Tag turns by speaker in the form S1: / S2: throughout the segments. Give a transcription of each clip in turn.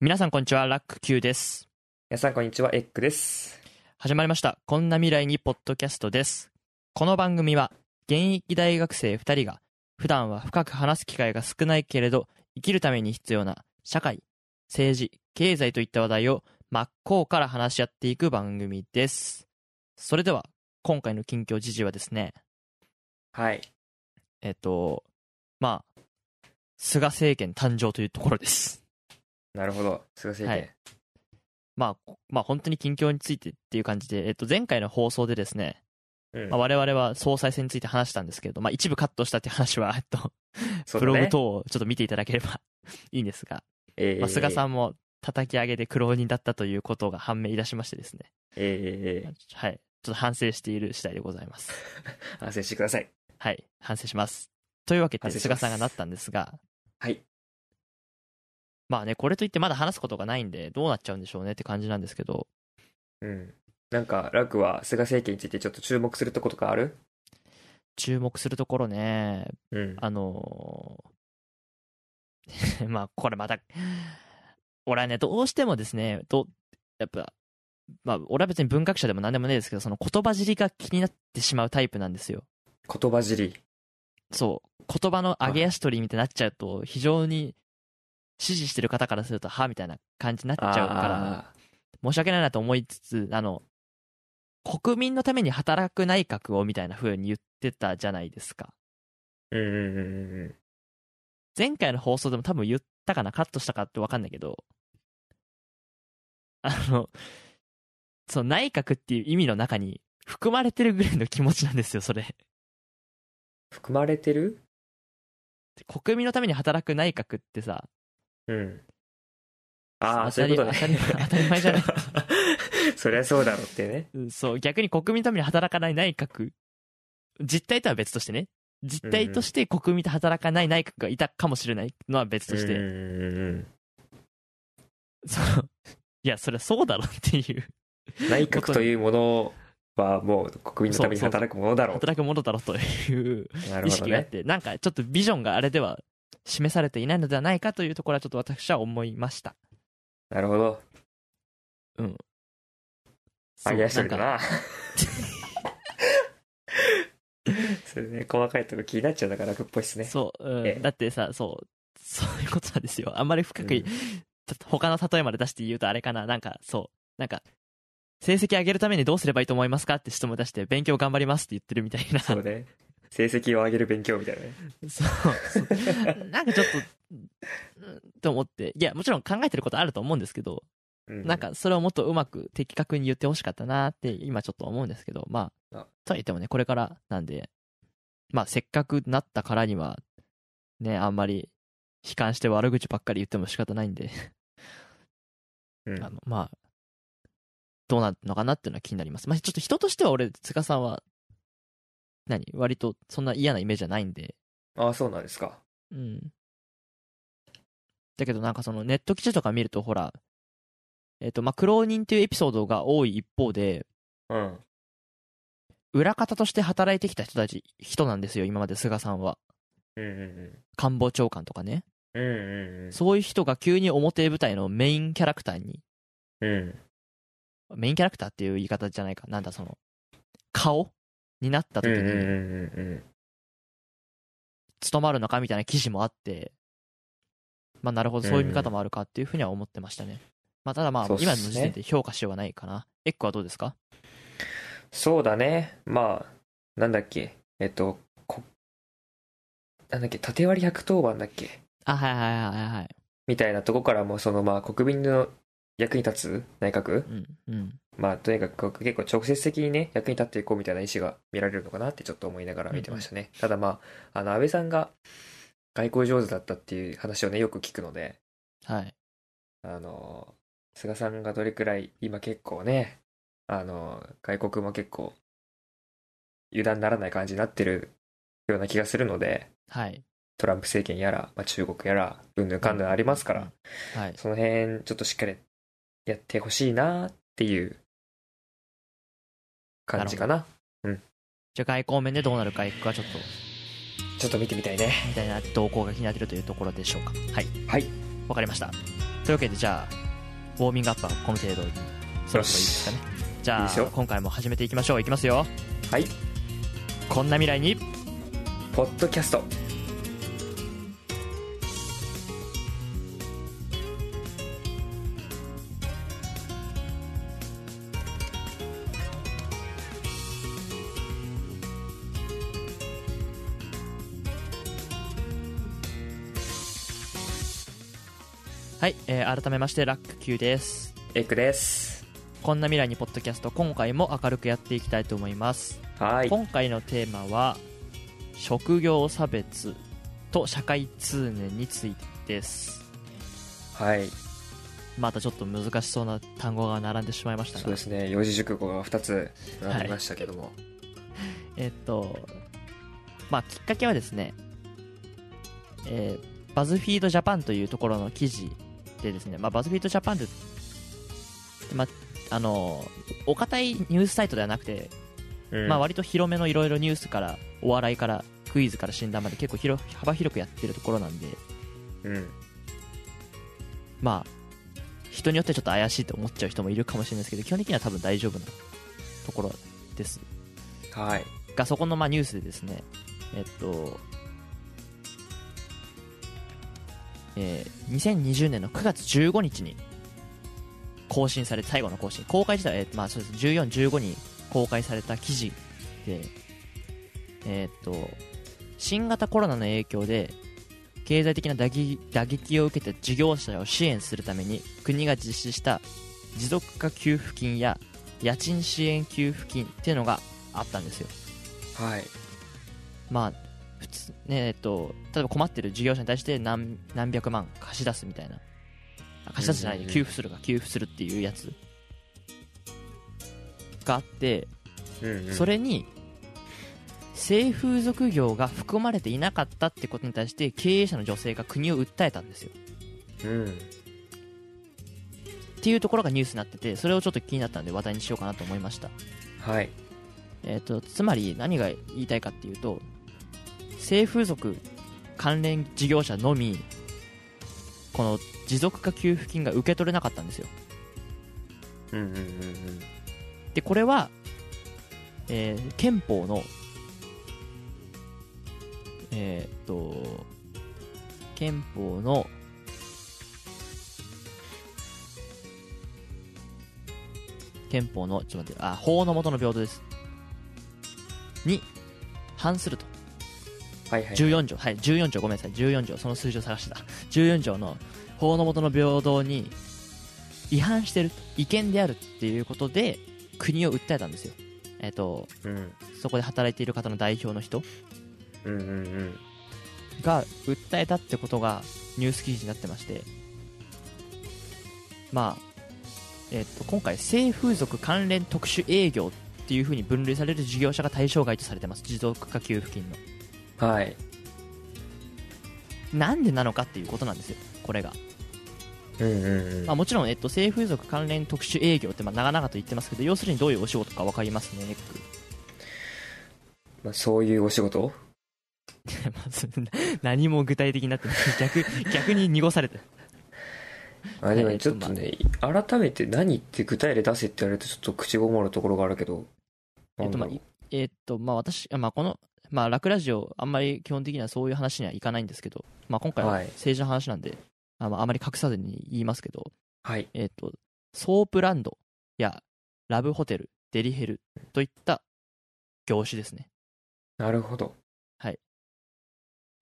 S1: 皆さんこんにちは、ラック Q です。
S2: 皆さんこんにちは、エッグです。
S1: 始まりました。こんな未来にポッドキャストです。この番組は、現役大学生2人が、普段は深く話す機会が少ないけれど、生きるために必要な社会、政治、経済といった話題を真っ向から話し合っていく番組です。それでは、今回の近況時事はですね、
S2: はい。
S1: えっと、まあ、菅政権誕生というところです。
S2: なるほど。菅政権。
S1: まあ、こまあ、本当に近況についてっていう感じで、えっと、前回の放送でですね、
S2: うん
S1: まあ、我々は総裁選について話したんですけれど、まあ、一部カットしたっていう話は、えっと、
S2: そう
S1: ブ
S2: だ
S1: ロ
S2: ね
S1: グ等をちょっと見ていただければ いいんですが、
S2: え
S1: まあ、菅さ
S2: ん。
S1: んも叩き上げで苦労人だったということが判明いたしましてですね、
S2: えー、
S1: はい、ちょっと反省している次第でございます。
S2: 反省してください。
S1: はい、反省します。というわけで、
S2: 反省し
S1: 菅
S2: ます
S1: さんがなったんですが、
S2: はい。
S1: まあね、これといってまだ話すことがないんで、どうなっちゃうんでしょうねって感じなんですけど、
S2: うん。なんか、ラックは菅政権についてちょっと注目するとことかある
S1: 注目するところね、
S2: うん。
S1: あのー まあ、これまた、俺はね、どうしてもですね、どやっぱ、まあ、俺は別に文学者でも何でもねえですけど、その言葉尻が気になってしまうタイプなんですよ。
S2: 言葉尻。
S1: そう。言葉の上げ足取りみたいになっちゃうと、非常に支持してる方からすると、はみたいな感じになっちゃうから、
S2: あ
S1: 申し訳ないなと思いつつ、あの、国民のために働く内閣をみたいな風に言ってたじゃないですか。
S2: ー。うんうんうんうんうん。
S1: 前回の放送でも多分言ったかな、カットしたかって分かんないけど、あの、その内閣っていう意味の中に含まれてるぐらいの気持ちなんですよ、それ。
S2: 含まれてる
S1: 国民のために働く内閣ってさ、
S2: うん。ああ、
S1: 当
S2: そ
S1: た
S2: うい
S1: り
S2: うことね。
S1: 当たり前当たり前じゃない
S2: そりゃそうだろうってね。
S1: うんそう、逆に国民のために働かない内閣、実態とは別としてね、実態として国民と働かない内閣がいたかもしれないのは別として、
S2: うんうんうん
S1: そういや、それはそうだろうっていう。
S2: うん内閣というものはもう国民のために働くものだろう。
S1: 働くものだろうという
S2: なる
S1: 意
S2: ほど
S1: 識があっ
S2: ね。
S1: て、なんかちょっとビジョンがあれでは示されていないのではないかというところはちょっと私は思いました。
S2: なるほど。
S1: そう
S2: 上げ足取りだ
S1: なんか
S2: な。それね、細かいとこ気になっちゃうだから楽っぽいっすね。
S1: そう、うん
S2: ええ
S1: だってさ、そう、そういうことなんですよ。あんまり深く、
S2: う
S1: ち
S2: ん
S1: ょっと他の例えまで出して言うとあれかな、なんかそう、なんか、成績上げるためにどうすればいいと思いますかって質問出して、勉強頑張りますって言ってるみたいな。
S2: そうね。成績を上げる勉強みたいなね。
S1: そうそうなんかちょっと、うんと思って、いや、もちろん考えてることあると思うんですけど、
S2: う
S1: なん、かそれをもっとうまく的確に言ってほしかったなって今ちょっと思うんですけど、まあ
S2: あ、
S1: とは言ってもね、これからなんで、まあせっかくなったからには、ね、あんまり悲観して悪口ばっかり言っても仕方ないんで、
S2: うん
S1: あの、まあ、どうなるのかなっていうのは気になります。まあちょっと人としては俺、塚さんは、何割とそんな嫌なイメージじゃないんで、
S2: ああ、そうなんですか。
S1: うん。だけどなんかそのネット記事とか見るとほら、えっ、と、まあ、苦労人っていうエピソードが多い一方で、
S2: うん。
S1: 裏方として働いてきた人たち、人なんですよ、今まで菅さんは。
S2: うんうん
S1: 官房長官とかね。
S2: うん。うんうん
S1: そういう人が急に表舞台のメインキャラクターに、
S2: うん。うん。
S1: メインキャラクターっていう言い方じゃないか。なんだ、その、顔になった
S2: うん
S1: 時
S2: うん
S1: に、
S2: うんうん。
S1: 務まるのかみたいな記事もあって、まあ、なるほど、そういう見方もあるかっていうふうには思ってましたね。まあ、ただまあ、
S2: そうっすね
S1: 今の時点で評価しようがないかな。エッグはどうですか
S2: そうだね。まあ、なんだっけ。えっと、こ、なんだっけ、縦割り110番だっけ
S1: あ、はいはいはいはいはい。
S2: みたいなとこからも、そのまあ、国民の役に立つ内閣
S1: うん、うん。
S2: まあ、とにかく結構直接的にね、役に立っていこうみたいな意思が見られるのかなってちょっと思いながら見てましたね。ただまあ、あの、安倍さんが外交上手だったっていう話をね、よく聞くので、
S1: はい。
S2: あの、菅さんがどれくらい、今結構ね、あの、外国も結構、油断ならない感じになってるような気がするので、
S1: はい。
S2: トランプ政権やら、まあ、中国やら、うんぬんかんぬんありますから、
S1: うん。はい。
S2: その辺、ちょっとしっかりやってほしいなっていう感じかな。
S1: じゃあ外交面でどうなるか、エッグはちょっと
S2: ちょっと見てみたいね。
S1: みたいな動向が気になってるというところでしょうかはい
S2: はい。
S1: わかりましたというというわけでじゃあウォーミングアップはこの程度にそろそろいいですかねじ
S2: いい
S1: ゃ
S2: ですよ
S1: あ今回も始めていきましょういきますよ
S2: はい
S1: こんな未来に
S2: ポッドキャスト
S1: はい、えー改めましてラック Q です
S2: エッグです
S1: こんな未来にポッドキャスト今回も明るくやっていきたいと思います
S2: はい
S1: 今回のテーマは職業差別と社会通念についてです
S2: はい
S1: またちょっと難しそうな単語が並んでしまいました
S2: そう
S1: が
S2: ですね四字熟語が2つありましたけども、
S1: えっとまあきっかけはですね、えーバズフィードジャパンというところの記事でですね、まあ、バズフィードジャパンで、まあ、あのお堅いニュースサイトではなくて
S2: うん
S1: まあ、割と広めのいろいろニュースからお笑いからクイズから診断まで結構広幅広くやってるところなんで
S2: うん
S1: まあ人によってはちょっと怪しいと思っちゃう人もいるかもしれないですけど基本的には多分大丈夫なところです
S2: はい
S1: がそこのまあニュースでですねえっとえー2020年の9月15日に更新され最後の更新公開自体は、えーまあ、そうです1415に公開された記事でえーっと新型コロナの影響で経済的な打撃打撃を受けて事業者を支援するために国が実施した持続化給付金や家賃支援給付金っていうのがあったんですよ
S2: はい
S1: まあ普通ねえっと例えば困ってる事業者に対して何何百万貸し出すみたいなあ貸し出すじゃない
S2: うんうんうん
S1: 給付するか給付するっていうやつがあって
S2: うん、うん、
S1: それに性風俗業が含まれていなかったってことに対して経営者の女性が国を訴えたんですよ
S2: うん
S1: っていうところがニュースになっててそれをちょっと気になったので話題にしようかなと思いました
S2: はい
S1: えー、とつまり何が言いたいかっていうと性風俗関連事業者のみこの持続化給付金が受け取れなかったんですよ
S2: うんうんうんうん
S1: でこれは、えー憲法のえっ、と憲法の憲法のちょっと待ってあ法の下の平等ですに反すると
S2: はいはい
S1: 14条、はい、14条ごめんなさい、14条、その数字を探してた。14条の法の下の平等に違反してる、違憲であるっていうことで、国を訴えたんですよ。えっ、と、
S2: うん
S1: そこで働いている方の代表の人
S2: うんうんうん
S1: が訴えたってことがニュース記事になってまして、まあ、えっ、と、今回、性風俗関連特殊営業っていうふうに分類される事業者が対象外とされてます。持続化給付金の。
S2: はい
S1: なんでなのかっていうことなんですよ、これが。
S2: うんうんうん
S1: まあ、もちろん、えっと、性風俗関連特殊営業って、まあ、長々と言ってますけど要するにどういうお仕事か分かりますねネッ ク
S2: まあ、そういうお仕事
S1: まず何も具体的になってない逆逆に濁されて
S2: あでも
S1: えー
S2: ねち
S1: と
S2: ょっとね、改めて何って具体例出せって言われるとちょっと口ごもるところがあるけど、
S1: えっとまあ
S2: なんだろう
S1: いえっとまあ私まあこのまあ楽ラジオあんまり基本的にはそういう話にはいかないんですけど、まあ、今回は
S2: はい
S1: 政治の話なんで、あまああまり隠さずに言いますけど、
S2: はい。
S1: えっ、と、ソープランドやラブホテル、デリヘルといった業種ですね。
S2: なるほど。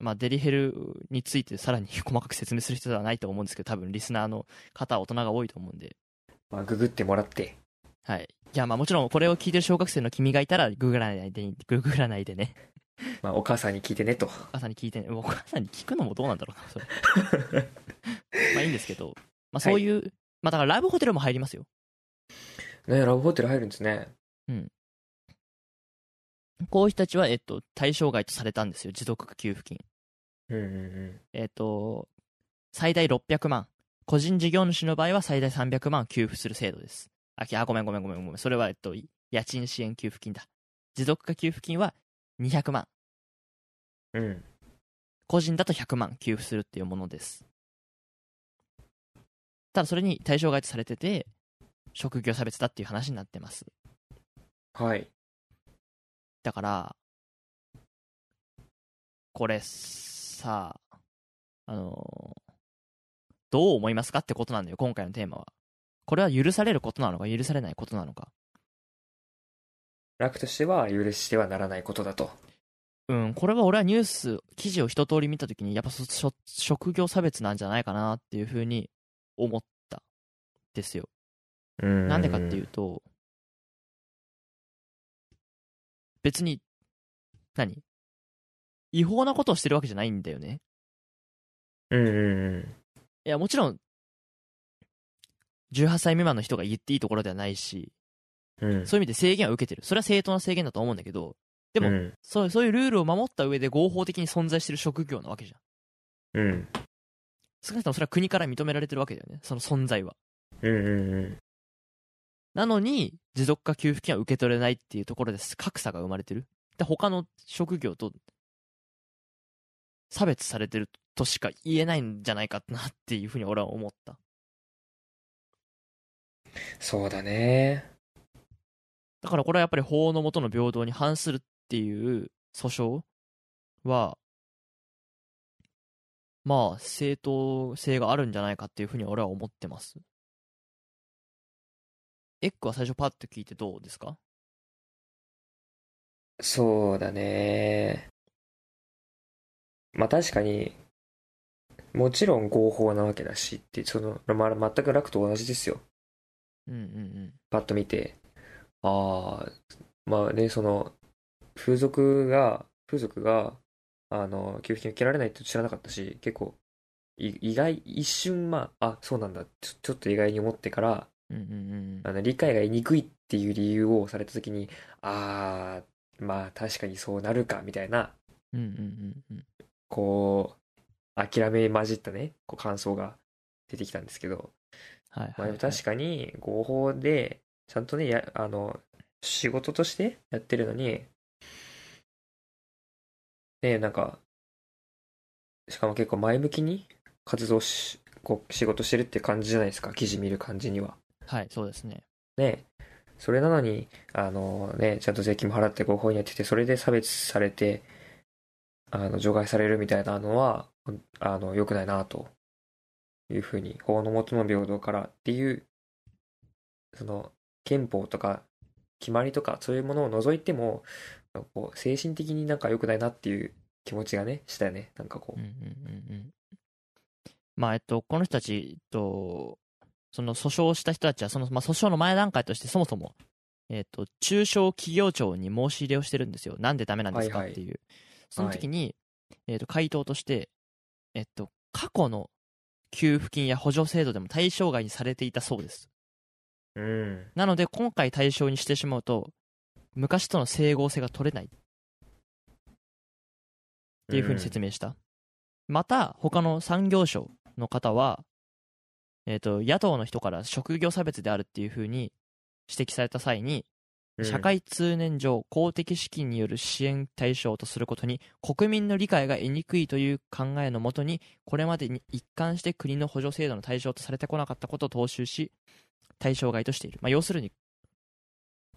S1: まあ、デリヘルについてさらに 細かく説明する必要はないと思うんですけど、多分リスナーの方、大人が多いと思うんで、
S2: まあ、ググってもらって。
S1: はい。いや、まあもちろんこれを聞いてる小学生の君がいたら、ググらないで、ググらないでね。
S2: まあ、お母さんに聞いてねと。
S1: お母さんに聞いて、お母さんに聞くのもどうなんだろうな、それ。まあいいんですけど、まあそういう、まあだからラブホテルも入りますよ。
S2: ね、ラブホテル入るんですね。
S1: こういう人たちは、えっと、対象外とされたんですよ、持続化給付金。
S2: うんうん
S1: えっ、と、最大600万。個人事業主の場合は最大300万給付する制度です。あ、きあごめんごめんごめんごめん。それは、えっと、い家賃支援給付金だ。持続化給付金は200万。
S2: うん。うん。
S1: 個人だと100万給付するっていうものです。ただそれに対象外とされてて職業差別だっていう話になってます
S2: はい。
S1: だからこれさあのどう思いますかってことなんだよ今回のテーマはこれは許されることなのか許されないことなのか
S2: 楽としては許してはならないことだと。
S1: うん、これは俺はニュース、記事を一通り見たときに、やっぱそしょ職業差別なんじゃないかなっていうふうに思ったですよ。
S2: な
S1: なんでかっていう。と、別に、何違法なことをしてるわけじゃないんだよね。
S2: うんうん
S1: いや、もちろん、18歳未満の人が言っていいところではないし、
S2: うん。うん。
S1: そういう意味で制限は受けてる。それは正当な制限だと思うんだけど、で
S2: で
S1: も
S2: うん。
S1: そうそういうルールを守った上で合法的に存在してる職業なわけじゃん。
S2: うん
S1: 少なくともそれは国から認められてるわけだよね、その存在は。
S2: うんうん
S1: なのに、持続化給付金は受け取れないっていうところです格差が生まれてる。で、他の職業と差別されてるとしか言えないんじゃないかなっていうふうに俺は思った。
S2: そうだね。
S1: だからこれはやっぱり法の下の平等に反するっていう訴訟は、まあ、正当性があるんじゃないかっていうふうに俺は思ってます。エッグは最初パッと聞いてどうですか
S2: そうだね。まあ確かに、もちろん合法なわけだしって、その、まあ、全く楽と同じですよ。
S1: うんうんうん。
S2: パッと見て。ああ、まあね、その、風俗が、風俗が、あの、給付金受けられないって知らなかったし、結構、い意外、一瞬、まあ、あ、そうなんだ、ちょ、ちょっと意外に思ってから、
S1: うんうんうん
S2: あの理解が得にくいっていう理由をされた時にああまあ確かにそうなるかみたいな
S1: うんうんうんうん
S2: こう諦め混じったねこう感想が出てきたんですけど、
S1: はいは
S2: まあ、
S1: い
S2: で
S1: は
S2: も
S1: い
S2: 確かに合法でちゃんとねやあの仕事としてやってるのにねなんかしかも結構前向きに活動しこう仕事してるって感じじゃないですか記事見る感じには。
S1: はいそうですね
S2: ね、それなのに、あのね、ちゃんと税金も払って合法にやってて、それで差別されて、あの、除外されるみたいなのは、あの、良くないなと、いうふうに、法の下の平等からっていう、その、憲法とか、決まりとか、そういうものを除いても、こう、精神的になんか良くないなっていう気持ちがね、したよね。なんかこ
S1: うんうんうんうんまあえっとこの人たちえっとその訴訟をした人たちはその、まあ、訴訟の前段階としてそもそもえっと中小企業庁に申し入れをしてるんですよなんでダメなんですか
S2: は
S1: っ
S2: いはい
S1: ていう、その時に、えっと回答としてえっと過去の給付金や補助制度でも対象外にされていたそうです
S2: う、うん、
S1: なので今回対象にしてしまうと昔との整合性が取れないっていうふうに説明した、また他の産業省の方は、えー、と野党の人から職業差別であるっていうふうに指摘された際に、
S2: うん
S1: 社、会通念上公的資金による支援対象とすることに国民の理解が得にくいという考えのもとにこれまでに一貫して国の補助制度の対象とされてこなかったことを踏襲し対象外としている、まあ、要するに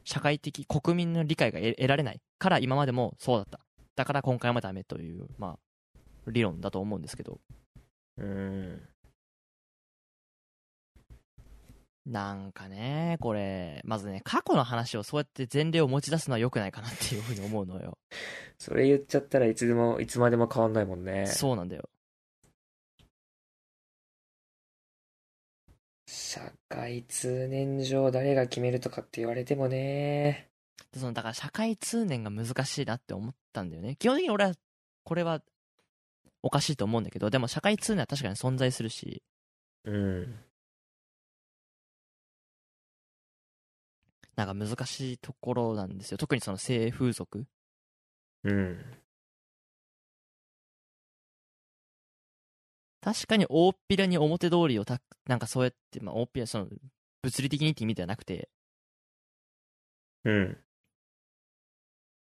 S1: 社会的国民の理解が得得られないから今までもそうだっただから今回もダメという、まあ、理論だと思うんですけど
S2: うん、
S1: なんかねこれまずね過去の話をそうやって前例を持ち出すのは良くないかなっていうふうに思うのよ
S2: それ言っちゃったらいつでも、いつまでも変わんないもんね。
S1: そうなんだよ
S2: 社会通念上誰が決めるとかって言われてもね
S1: でそのだから社会通念が難しいなって思ったんだよね基本的に俺はこれはおかしいと思うんだけどでも社会通念は確かに存在するし
S2: うん
S1: なんか難しいところなんですよ特にその性風俗
S2: うん
S1: 確かに大っぴらに表通りをたなんかそうやって、まあ、大っぴらその物理的にって意味ではなくて
S2: うん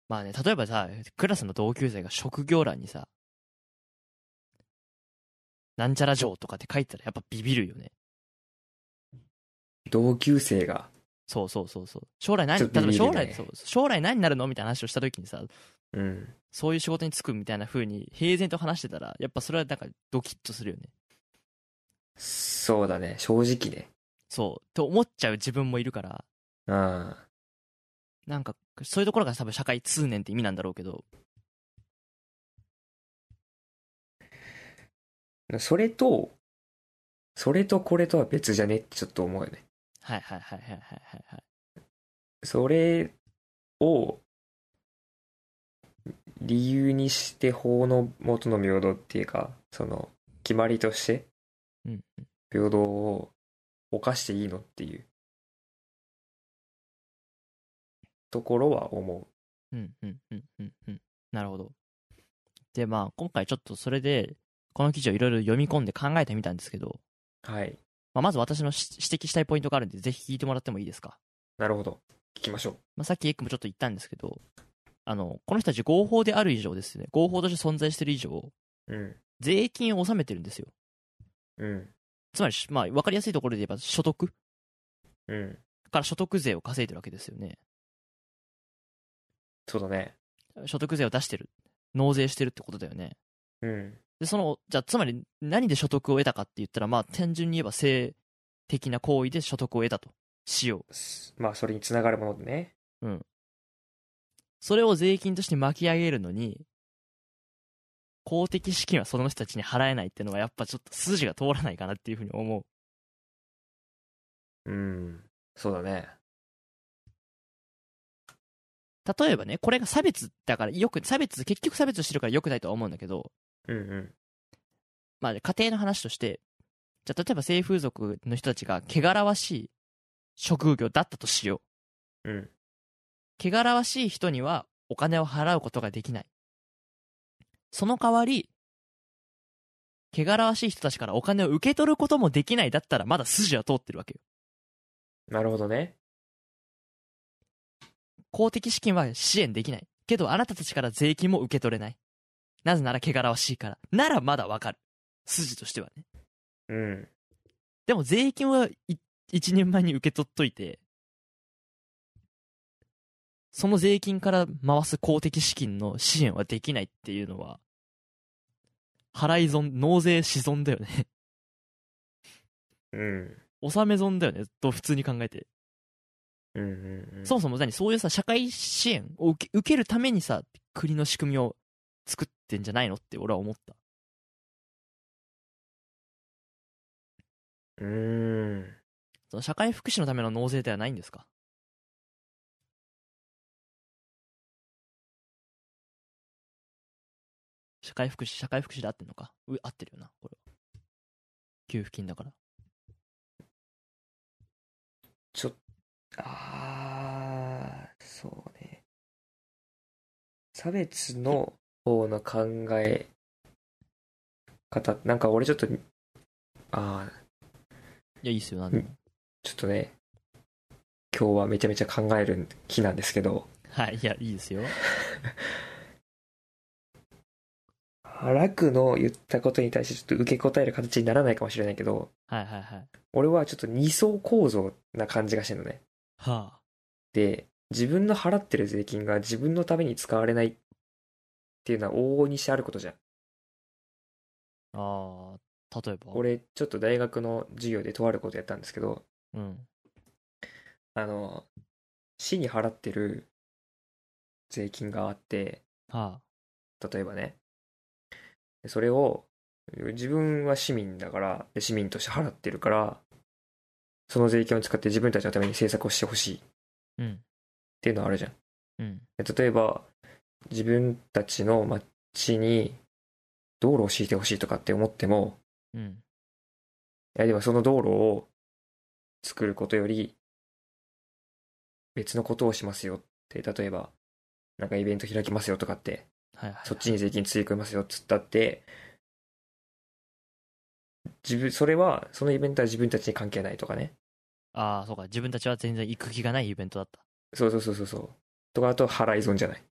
S1: まあね例えばさクラスの同級生が職業欄にさなんちゃら嬢とかって書いてたらやっぱビビるよね
S2: 同級生が、
S1: そうそうそうそう将来何
S2: ち
S1: 例え
S2: ょっと
S1: ば
S2: ビビ
S1: 将
S2: るね
S1: 来そう将来何になるのみたいな話をした時にさ
S2: うん、
S1: そういう仕事に就くみたいな風に平然と話してたらやっぱそれはなんかドキッとするよね
S2: そうだね、正直ね。
S1: そうと思っちゃう自分もいるから
S2: うん。
S1: なんかそういうところが多分社会通念って意味なんだろうけど
S2: それと、それとこれとは別じゃねってちょっと思うよね。
S1: はいはいはいはいはいはいはい
S2: それを、理由にして法の元の平等っていうか、その、決まりとして
S1: うん、
S2: 平等を犯していいのっていう、ところは思う。
S1: うんうんうんうんうんなるほどでまあ今回ちょっとそれでこの記事をいろいろ読み込んで考えてみたんですけど、
S2: はい。
S1: まあ、まず私のし指摘したいポイントがあるんでぜひ聞いてもらってもいいですか、
S2: なるほど。聞きましょ
S1: まあ、さっきエックもちょっと言ったんですけどあのこの人たち合法である以上ですね合法として存在している以上
S2: う。うん。
S1: 税金を納めてるんですよ
S2: うん。
S1: つまり、まあ、分かりやすいところで言えば所得
S2: うん。
S1: から所得税を稼いでるわけですよね
S2: そうだね。
S1: 所得税を出してる納税してるってことだよね
S2: うん。
S1: でそのじゃあつまり何で所得を得たかって言ったらまあ単純に言えば性的な行為で所得を得たとしよう
S2: すまあ、それにつながるものでね。
S1: それを税金として巻き上げるのに公的資金はその人たちに払えないっていうのはやっぱちょっと筋が通らないかなっていうふうに思う
S2: うん。そうだね。
S1: 例えばねこれが差別だからよく差別結局差別してるから良くないとは思うんだけど
S2: うんうん。
S1: まあ、家庭の話として、じゃあ例えば性風俗の人たちが汚らわしい職業だったとしよ
S2: うん。
S1: う。汚らわしい人にはお金を払うことができない。その代わり、汚らわしい人たちからお金を受け取ることもできないだったらまだ筋は通ってるわけよ。
S2: なるほどね。
S1: 公的資金は支援できない。けどあなたたちから税金も受け取れない。なぜなら汚らわしいから。ならまだわかる。筋としてはね。
S2: うん。
S1: でも税金はい一人前に受け取っといて、その税金から回す公的資金の支援はできないっていうのは、払い損、納税し損だよね。
S2: うん。
S1: 納め損だよね、と普通に考えて。
S2: うんうんうん。
S1: そもそも何そういうさ、社会支援を受け受けるためにさ、国の仕組みを作ってんじゃないのって俺は思った。
S2: う。うん。
S1: その社会福祉のための納税ではないんですか社会福祉、社会福祉で合ってるのかう合ってるよな、これは。給付金だから。
S2: ちょっ、あー、そうね。差別の方の考え方、なんか俺ちょっと、あー、
S1: いや、いいっすよ、なんでも。
S2: ちょっとね、今日はめちゃめちゃ考える日なんですけど、
S1: はい、いや、いいですよ。
S2: 楽の言ったことに対してちょっと受け答える形にならないかもしれないけど、
S1: はいはいはい。
S2: 俺はちょっと二層構造な感じがしてるのね。
S1: はあ。
S2: で、自分の払ってる税金が自分のために使われないっていうのは往々にしてあることじゃん。
S1: ああ、例えば。
S2: 俺、ちょっと大学の授業でとあることやったんですけど、
S1: うん。
S2: あの、市に払ってる税金があって、
S1: は
S2: 例えばね、でそれを、自分は市民だから、で市民として払ってるから、その税金を使って自分たちのために政策をしてほしいっ
S1: あ。うん。
S2: ていうのはあるじゃん。
S1: うん。
S2: 例えば自分たちの町に道路を敷いてほしいとかって思っても
S1: うん。
S2: いやでもその道路を作ることより別のことをしますよって例えばなんかイベント開きますよとかって
S1: はいはい。
S2: そっちに税金追加ますよっつったって自分それはそのイベントは自分たちに関係ないとかね
S1: ああ、そうか。自分たちは全然行く気がないイベントだった。
S2: そうそうそうそうそうとかあと払い損じゃない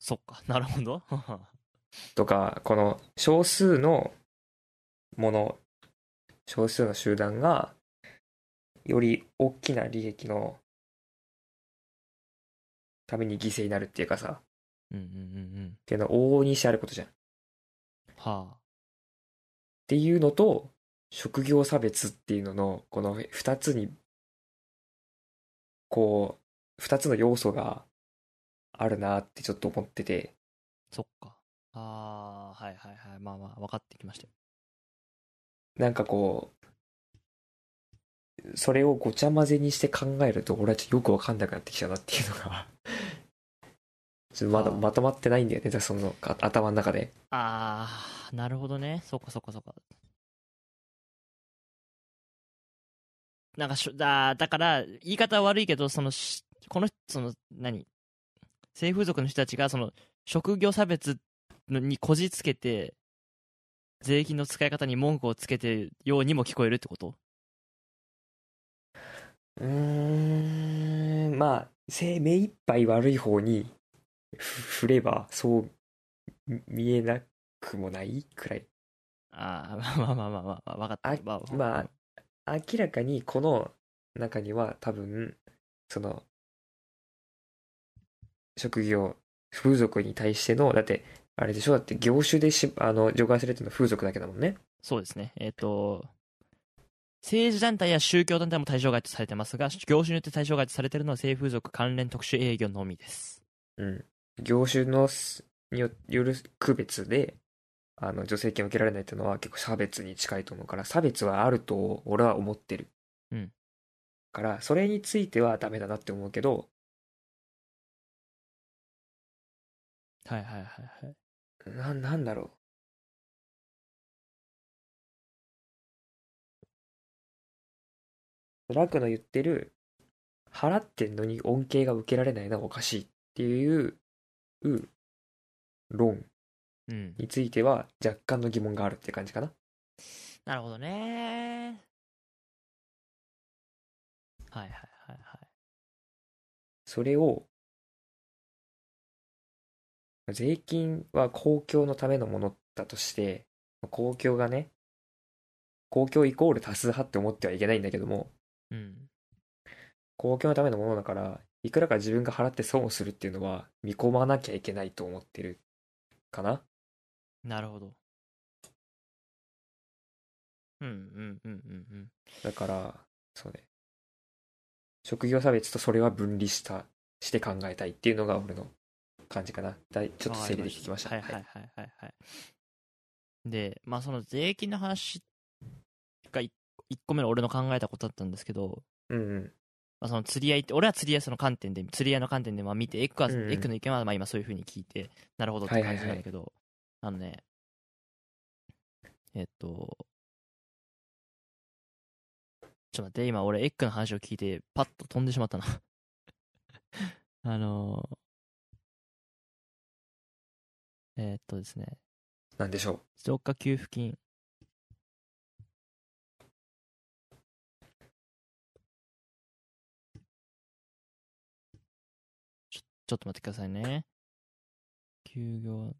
S1: そっか。 なるほど。
S2: とかこの少数のもの少数の集団がより大きな利益のために犠牲になるっていうかさ、っ
S1: うんうんうんうん。
S2: ていうのは往々にしてあることじゃん。っ
S1: は
S2: ていうのと、職業差別っていうのの、この二つに、こう、二つの要素があるなってちょっと思ってて、
S1: あ、そっか。ああ、はいはいはい。まあまあ、分かってきましたよ。
S2: なんかこう、それをごちゃ混ぜにして考えると、俺はちょっとよくわかんなくなってきちゃうなっていうのが ちょっとまだ
S1: あー
S2: まとまってないんだよね、だからそのか頭の中で。
S1: ああ、なるほどね。そっかそっかそっか。なんかしょ、だだから、言い方は悪いけど、そのし、この、その、何性風俗の人たちが、その、職業差別のにこじつけて、税金の使い方に文句をつけてるようにも聞こえるってこと
S2: うーん、まあ、せ目いっぱい悪い方にふ振れば、そうみ見えなくもないくらい。
S1: ああ、まあまあまあまあまあ、分かった。
S2: あ
S1: まあ、
S2: まあ、明らかにこの中には多分、その、職業、風俗に対しての、だって、あれでしょだって業種でし、あの、除外されてるのは風俗だけだもんね。
S1: そうですね。えっ、と、政治団体や宗教団体も対象外とされてますが、業種によって対象外とされているのは性風俗関連特殊営業のみです。
S2: うん。業種のす、によよる区別で、あの、助成金を受けられないっていうのは結構差別に近いと思うから、差別はあると俺は思ってる。
S1: うん。
S2: から、それについてはダメだなって思うけど、
S1: はいはいはいはい。
S2: な、なんだろう。楽の言ってる、払ってんのに恩恵が受けられないのはおかしいっていう、う論
S1: うん。
S2: については若干の疑問があるって感じかな。
S1: なるほどね。はいはいはいはい。
S2: それを、税金は公共のためのものだとして、公共がね、公共イコール多数派って思ってはいけないんだけども、
S1: うん。
S2: 公共のためのものだから、いくらか自分が払って損をするっていうのは見込まなきゃいけないと思ってるかな。
S1: なるほど。うんうんうんうんうん。
S2: だから、そうね。職業差別とそれは分離した、して考えたいっていうのが俺の感じかな。だいちょっと整理できてきました。
S1: はいはいはいはいはい。で、まあその税金の話が1個目の俺の考えたことだったんですけど、
S2: うんうん。
S1: まあ、その釣り合いって、俺は釣り合いその観点で、釣り合いの観点でまあ見て、エッグは、
S2: うんうん
S1: エッグの意見はまあ今そういうふうに聞いて、なるほどって感じなんだけど、あのね、えっと、ちょっと待って、今俺エッグの話を聞いて、パッと飛んでしまったな。 あのーえっとですね、
S2: なんでしょ
S1: 持続化給付金。ちょ、ちょっと待ってくださいね。休業。
S2: う。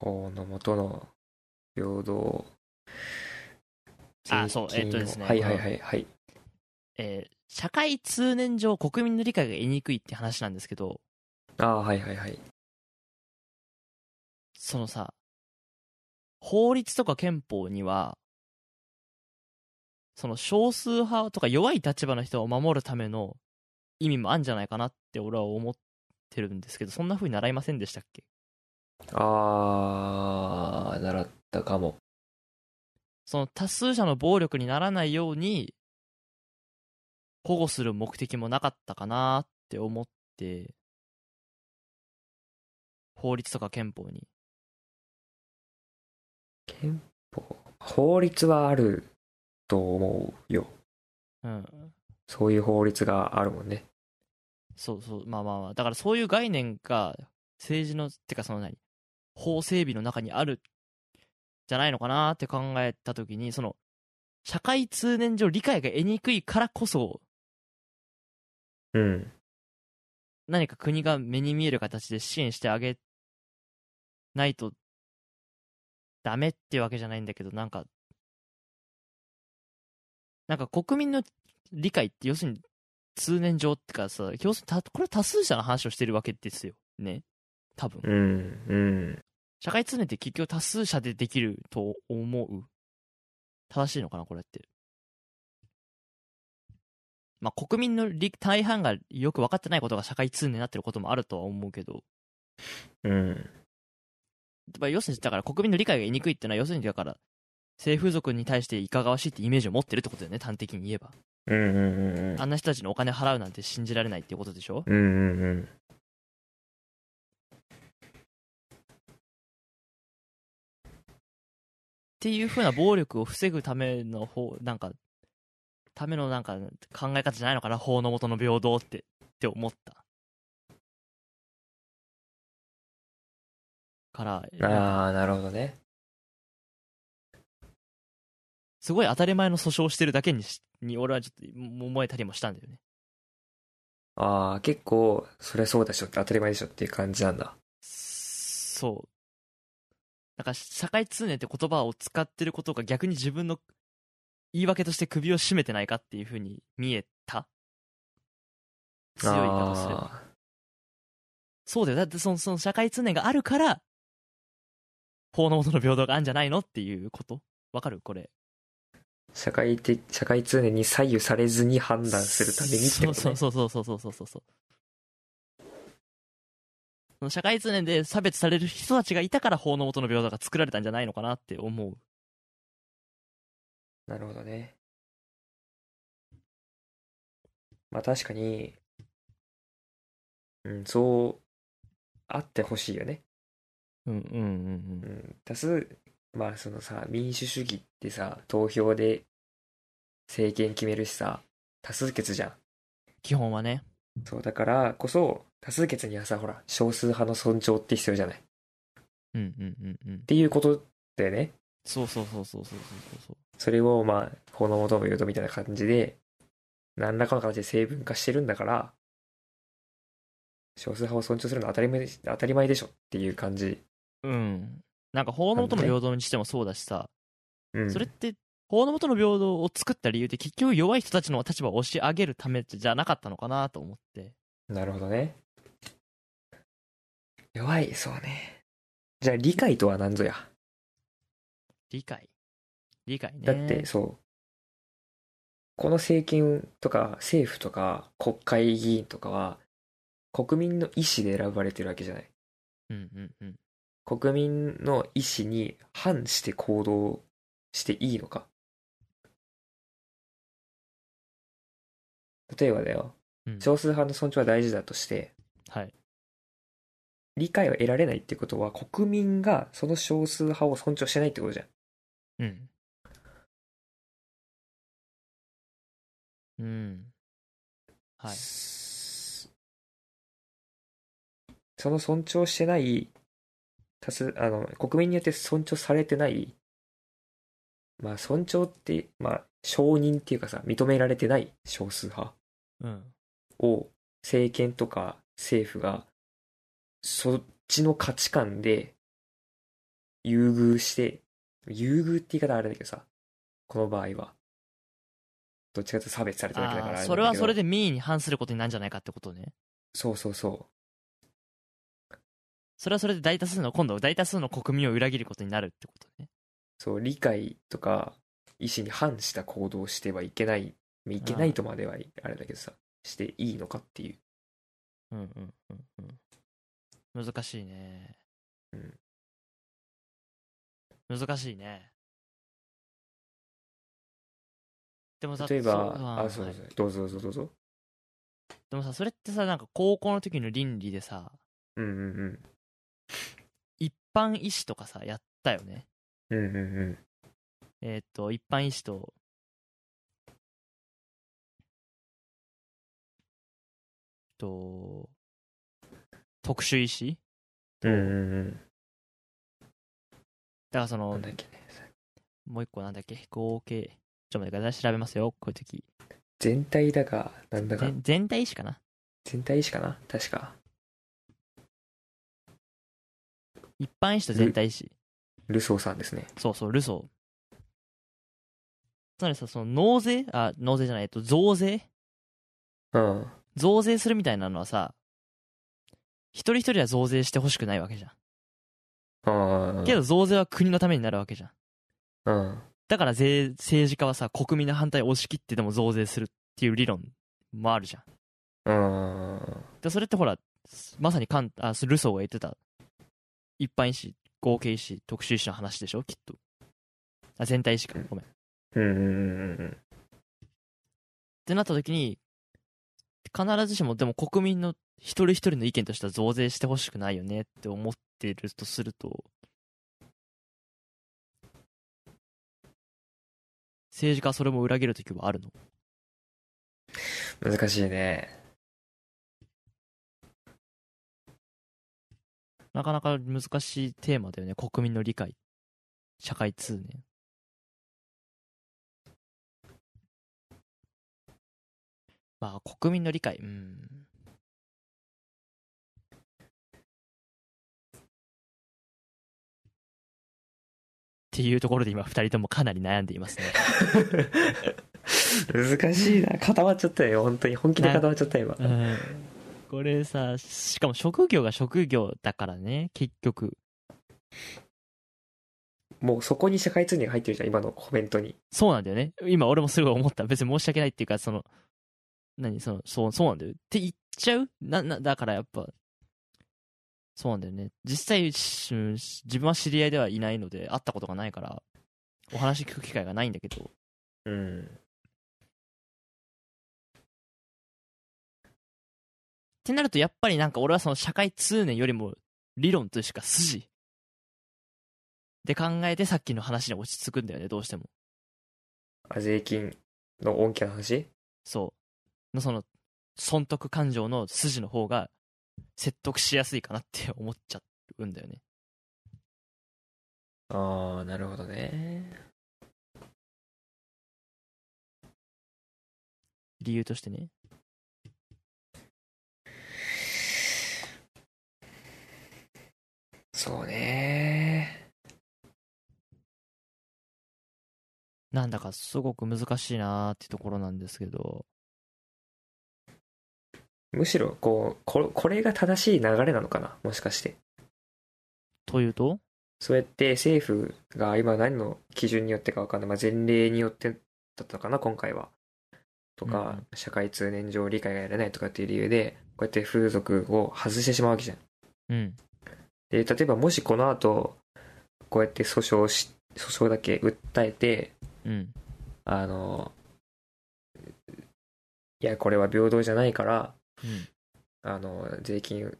S2: 法の元の平等。
S1: あそう
S2: 税金
S1: えっとですね
S2: はいはいはいはい。
S1: えー社会通念上国民の理解が得にくいって話なんですけど、
S2: ああ、はいはいはい。
S1: そのさ、法律とか憲法には、その少数派とか弱い立場の人を守るための意味もあるんじゃないかなって俺は思ってるんですけど、そんな風に習いませんでしたっけ
S2: ああ、習ったかも。
S1: その多数者の暴力にならないように保護する目的もなかったかなって思って法律とか憲法に
S2: 憲法法律はあると思うよ
S1: うん
S2: そういう法律があるもんね
S1: そうそうまあまあまあだからそういう概念が政治のてかその何法整備の中にあるじゃないのかなって考えた時にその社会通念上理解が得にくいからこそ
S2: うん
S1: 何か国が目に見える形で支援してあげないとダメってわけじゃないんだけどなんかなんか国民の理解って要するに通念上ってかさ要するにたこれは多数者の話をしてるわけですよね多分
S2: うん、うん。
S1: 社会通念って結局多数者でできると思う正しいのかなこれってまあ国民の理大半がよく分かってないことが社会通念になってることもあるとは思うけど
S2: うん。
S1: まあ要するにだから国民の理解が得にくいってのは要するにだから性風俗に対していかがわしいってイメージを持ってるってことだよね端的に言えば
S2: うんうんうんうん。
S1: あんな人たちにお金払うなんて信じられないっていうことでしょ
S2: うんうんうん。
S1: っていうふうな暴力を防ぐための方なんかためのなんか考え方じゃないのかな法の下の平等ってって思ったからなんか
S2: ああ、なるほどね。
S1: すごい当たり前の訴訟をしてるだけにしに俺はちょっとも思えたりもしたんだよね
S2: ああ、結構、そりゃそうでしょって当たり前でしょっていう感じなんだ。
S1: そうなんか社会通念って言葉を使ってることが逆に自分の言い訳として首を絞めてないかっていうふうに見えた強い言い方すれば
S2: あ
S1: そうだよ。だってその、その社会通念があるから、法の下の平等があるんじゃないのっていうこと。わかるこれ。
S2: ー社会的、社会通念に左右されずに判断するためにってこと、ね、
S1: そうそうそうそうそうそうそうそう。その社会通念で差別される人たちがいたから法の下の平等が作られたんじゃないのかなって思う。
S2: なるほどね。まあ確かに、うん、そう、あってほしいよね。
S1: うんうん
S2: う、
S1: うん
S2: 多数、まあそのさ、民主主義ってさ、投票で政権決めるしさ、多数決じゃん。
S1: 基本はね。
S2: そう、だからこそ、多数決にはさ、ほら、少数派の尊重って必要じゃない。っ
S1: うんうんうんうん。
S2: ていうことだよね。
S1: そうそうそうそうそうそうそう。
S2: それを、まあ、法の求む誘導みたいな感じで、何らかの形で成分化してるんだから、少数派を尊重するのは当たり前でし当たり前でしょっていう感じ。
S1: うん。なんか法の下の平等にしてもそうだしさ、
S2: うん。
S1: それって法の下の平等を作った理由って結局弱い人たちの立場を押し上げるためじゃなかったのかなと思って
S2: なるほどね。弱い、そうね。じゃあ、理解とは何ぞや。
S1: 理解理解ね
S2: だって、そう。この政権とか政府とか国会議員とかは、国民の意思で選ばれてるわけじゃない。
S1: うんうんうん
S2: 国民の意思に反して行動していいのか例えばだよ
S1: うん
S2: 少数派の尊重は大事だとして
S1: はい
S2: 理解を得られないってことは国民がその少数派を尊重してないってことじゃん
S1: うんうんはい
S2: その尊重してない多数あの国民によって尊重されてないまあ尊重ってまあ承認っていうかさ認められてない少数派
S1: うん
S2: を政権とか政府がそっちの価値観で優遇して優遇って言い方はあれだけどさこの場合はどっちかというと差別されただけだから
S1: あー
S2: あれなんだけど
S1: それはそれで民意に反することになるんじゃないかってことね
S2: そうそうそ
S1: それはそれで大多数の今度は大多数の国民を裏切ることになるってことね
S2: うそう理解とか意思に反した行動をしてはいけないいけないとまではあれだけどさしていいのかっていう
S1: うんうんうんうん難しいね難しいねでもさ
S2: 例え
S1: そう
S2: ば
S1: あ
S2: あそう
S1: は
S2: そ
S1: いう
S2: そうどうぞどうぞどうぞ
S1: でもさそれってさなんか高校の時の倫理でさ
S2: うんうん
S1: 一般医師とかさやったよね
S2: うんうんうんうん
S1: えーっと一般医師とと特殊医師
S2: うんうんうん
S1: だからそ
S2: な
S1: の
S2: んだっけね
S1: もう一個なんだっけ合計ちょっと待ってください調べますよこういう時
S2: 全体だか、なんだか、
S1: 全全体医師かな
S2: 全体意思かな確か。
S1: 一般医師と全体医師
S2: ルソーさんですね。
S1: そうそう、ルソー。つまりさ、その納税あ、納税じゃない、えっと、増税
S2: うん。
S1: 増税するみたいなのはさ、一人一人は増税してほしくないわけじゃん。
S2: うん。
S1: けど増税は国のためになるわけじゃん。
S2: うん。
S1: だから税政治家はさ、国民の反対を押し切ってでも増税するっていう理論もあるじゃん。
S2: うん。
S1: でそれってほら、まさにカンあルソーが言ってた、一般医師、合計医師、特殊医師の話でしょ、きっと。あ、全体医師か、ごめん。っ
S2: うん。うん。
S1: てなった時に、必ずしもでも国民の一人一人の意見としては増税してほしくないよねって思ってるとすると、政治家はそれも裏切る時はあるの
S2: 難しいね。
S1: なかなか難しいテーマだよね。国民の理解。社会通念。まあ、国民の理解。うん。っていうところで今、二人ともかなり悩んでいますね。
S2: 難しいな。固まっちゃったよ。本当に。本気で固まっちゃった今。
S1: うんこれさ、しかも職業が職業だからね、結局。
S2: もうそこに社会通念が入ってるじゃん。今のコメントに。
S1: そうなんだよね。今俺もすごい思った。別に申し訳ないっていうか、その、何、その、そう、そうなんだよ。って言っちゃうな、な、だからやっぱ、そうなんだよね。実際、しうんし自分は知り合いではいないので、会ったことがないから、お話聞く機会がないんだけど、
S2: うん。
S1: ってなるとやっぱりなんか俺はその社会通念よりも理論としか筋で考えてさっきの話に落ち着くんだよね、どうしても。
S2: あ税金の恩恵の話
S1: そう。のその、損得感情の筋の方が説得しやすいかなって思っちゃうんだよね。
S2: ああ、なるほどね。
S1: 理由としてね。
S2: そうね。
S1: なんだかすごく難しいなーってところなんですけど。
S2: むしろ、こう、ここれが正しい流れなのかなもしかして。
S1: というと
S2: そうやって政府が今何の基準によってかわかんない。まあ、前例によってだったのかな今回は。とか、
S1: うんうん
S2: 社会通念上理解が得られないとかっていう理由で、こうやって風俗を外してしまうわけじゃん。
S1: うん。
S2: で、例えばもしこの後、こうやって訴訟をし、訴訟だけ訴えて、
S1: うん。
S2: あの、いや、これは平等じゃないから、
S1: うん。
S2: あの、税金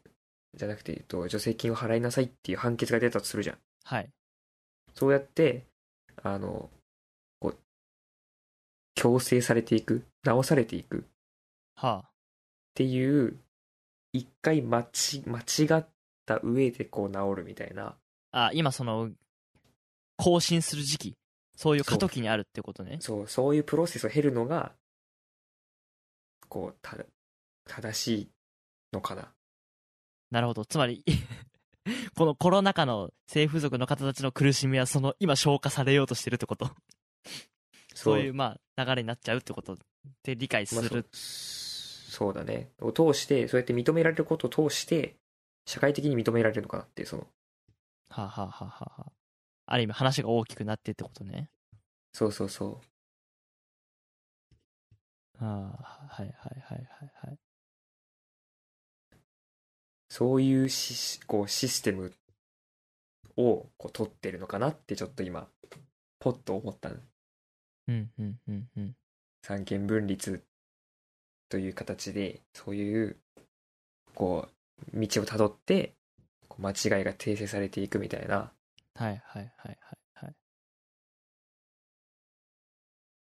S2: じゃなくて、えっと、助成金を払いなさいっていう判決が出たとするじゃん。
S1: はい。
S2: そうやって、あの、こう、強制されていく、直されていくっ
S1: はあ。
S2: ていう、一回間ち、間違った上でこう治るみたいな、
S1: あ、今その、更新する時期。そういう過渡期にあるってことね。
S2: そう、そういうプロセスを経るのが、こう、た、正しいのかな。
S1: なるほど。つまり、 このコロナ禍の性風俗の方たちの苦しみは、その今消化されようとしてるってこと。そういう、まあ、流れになっちゃうってことで理解す
S2: まあそ
S1: る
S2: う。そうだねを通してそうやって認められることを通して社会的に認められるのかなってその
S1: はあ、はあはあはあはあ、ある意味話が大きくなってってことね。
S2: そうそうそ
S1: ああ、はいはいはいはいはい。
S2: うそういうしこうシステムをこう取ってるのかなってちょっと今ポッと思ったの
S1: うんうんうんうん。
S2: 三権分立という形でそういうこう道をたどってこう間違いが訂正されていくみたいな
S1: はいはいはいはいはい。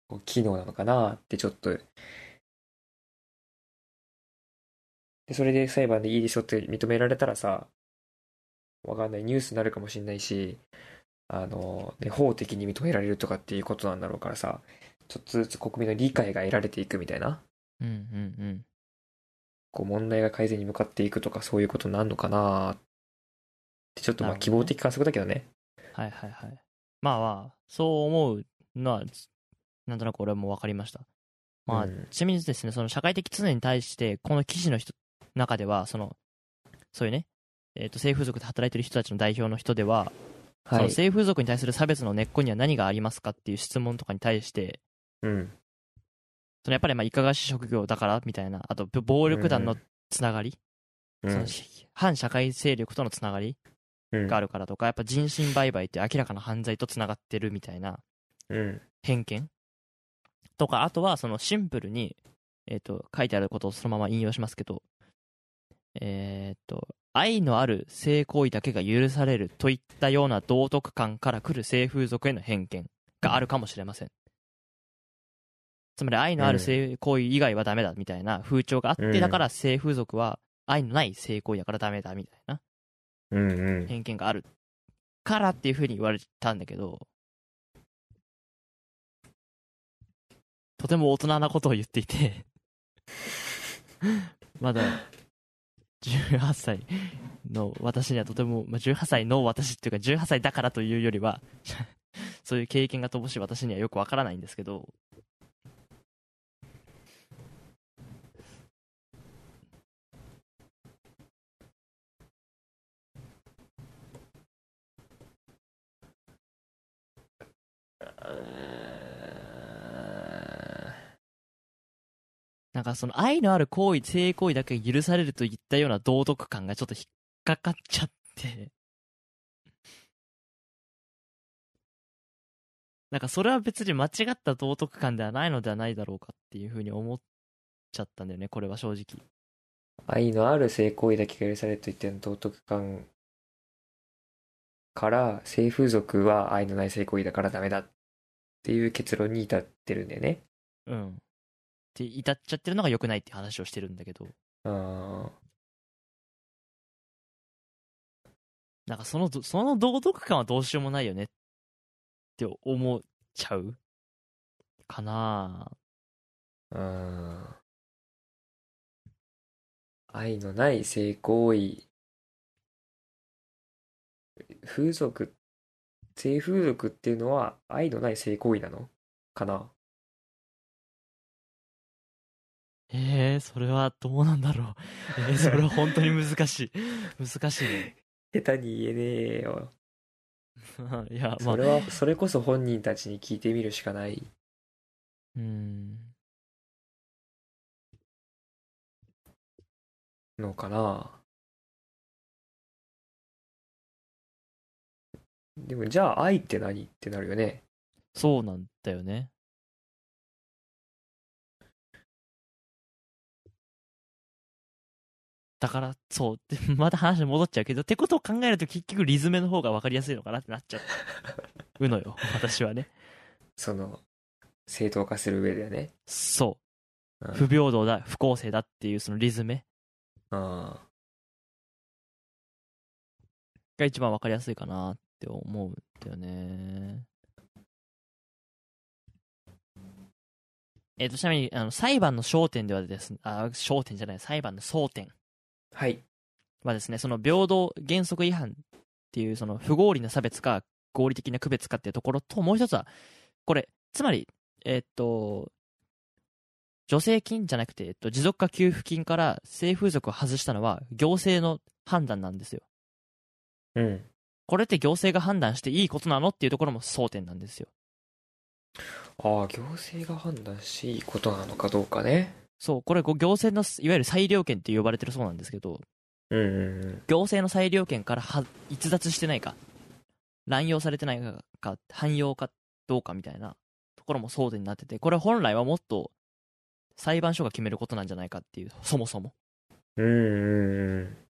S2: こう機能なのかなってちょっと。で、それで裁判でいいですよって認められたらさ、わかんないニュースになるかもしれないし、あの、ね、法的に認められるとかっていうことなんだろうからさ、ちょっとずつ国民の理解が得られていくみたいな、
S1: うんうんうん。
S2: こう問題が改善に向かっていくとかそういうことになるのかなって、ちょっとまあ
S1: なるほどね
S2: 希望的観測だけどね。
S1: はいはいはい。まあまあ、そう思うのは、なんとなく俺はもう分かりました。まあ、
S2: うん
S1: ちなみにですね、その社会的常に対して、この記事の人中では、その、そういうね、えっと性風俗で働いてる人たちの代表の人では、その性風俗に対する差別の根っこには何がありますかっていう質問とかに対して、
S2: うん
S1: そのやっぱりまあいかがわしい職業だからみたいな、あとぶ暴力団のつながり、
S2: うん
S1: その反社会勢力とのつながり
S2: うん
S1: があるからとか、やっぱ人身売買って明らかな犯罪とつながってるみたいな
S2: うん
S1: 偏見とか、あとはそのシンプルに、えっと書いてあることをそのまま引用しますけど、えっと愛のある性行為だけが許されるといったような道徳感から来る性風俗への偏見があるかもしれません。つまり愛のある性行為以外はダメだみたいな風潮があって、
S2: うん
S1: だから性風俗は愛のない性行為だからダメだみたいな
S2: うんうん
S1: 偏見があるからっていうふうに言われたんだけどとても大人なことを言っていて まだ18歳の私にはとても、まあ、18歳の私っていうか18歳だからというよりは そういう経験が乏しい私にはよくわからないんですけどなんかその愛のある行為、性行為だけが許されるといったような道徳感がちょっと引っかかっちゃって。なんかそれは別に間違った道徳感ではないのではないだろうかっていうふうに思っちゃったんだよね、これは正直。
S2: 愛のある性行為だけが許されるといったような道徳感から性風俗は愛のない性行為だからダメだっていう結論に至ってるんだよね。
S1: うん。って至っちゃってるのが良くないっていう話をしてるんだけど。
S2: あ
S1: なんかそのど、その道徳感はどうしようもないよねって思っちゃうかなぁ。
S2: ーあー愛のない性行為風俗性風俗っていうのは愛のない性行為なのかな
S1: えー、それはどうなんだろう。えー、 それは本当に難しい。難しいね。
S2: 下手に言えねえよ。
S1: いや、まあ
S2: そ、れは、それこそ本人たちに聞いてみるしかない。
S1: うん。
S2: のかなでもじゃあ愛って何ってなるよね
S1: そうなんだよね。だから、そう。でまた話戻っちゃうけど、ってことを考えると結局リズムの方が分かりやすいのかなってなっちゃう うのよ。私はね。
S2: その正当化する上ではね
S1: そうう。
S2: ん
S1: 不平等だ、不公正だっていうそのリズム
S2: あ
S1: が一番分かりやすいかなって思うんだよね。えっ、と、ちなみに、あの、裁判の焦点ではですね、あ、焦点じゃない、裁判の争点
S2: あはい
S1: はですね、その平等原則違反っていう、その不合理な差別か合理的な区別かっていうところと、もう一つは、これ、つまり、えっと、助成金じゃなくて、えっと、持続化給付金から性風俗を外したのは行政の判断なんですよ。
S2: うん
S1: これって行政が判断していいことなのっていうところも争点なんですよ。
S2: ああ行政が判断しいいことなのかどうかね
S1: そう、これこう行政のいわゆる裁量権って呼ばれてるそうなんですけど、
S2: うんうんうん
S1: 行政の裁量権からは逸脱してないか、乱用されてないか汎用かどうかみたいなところも争点になってて、これ本来はもっと裁判所が決めることなんじゃないかっていう、そもそも。
S2: うんうんうん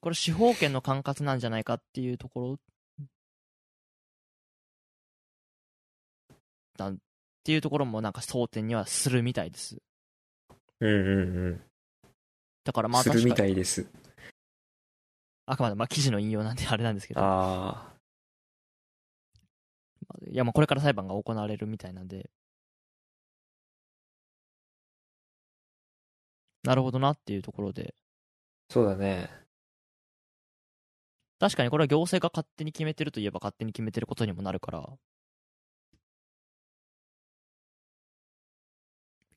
S1: これ司法権の管轄なんじゃないかっていうところなんっていうところもなんか争点にはするみたいです。
S2: うんうん
S1: だから
S2: う
S1: ま
S2: ん
S1: あ
S2: す
S1: 確
S2: るみ
S1: か
S2: た
S1: に
S2: いです
S1: あくまでまあ記事の引用なんであれなんですけど、
S2: あ
S1: いやまあこれから裁判が行われるみたいなんで、なるほどなっていうところで、
S2: あそうだね
S1: 確かにこれは行政が勝手に決めてるといえば勝手に決めてることにもなるから、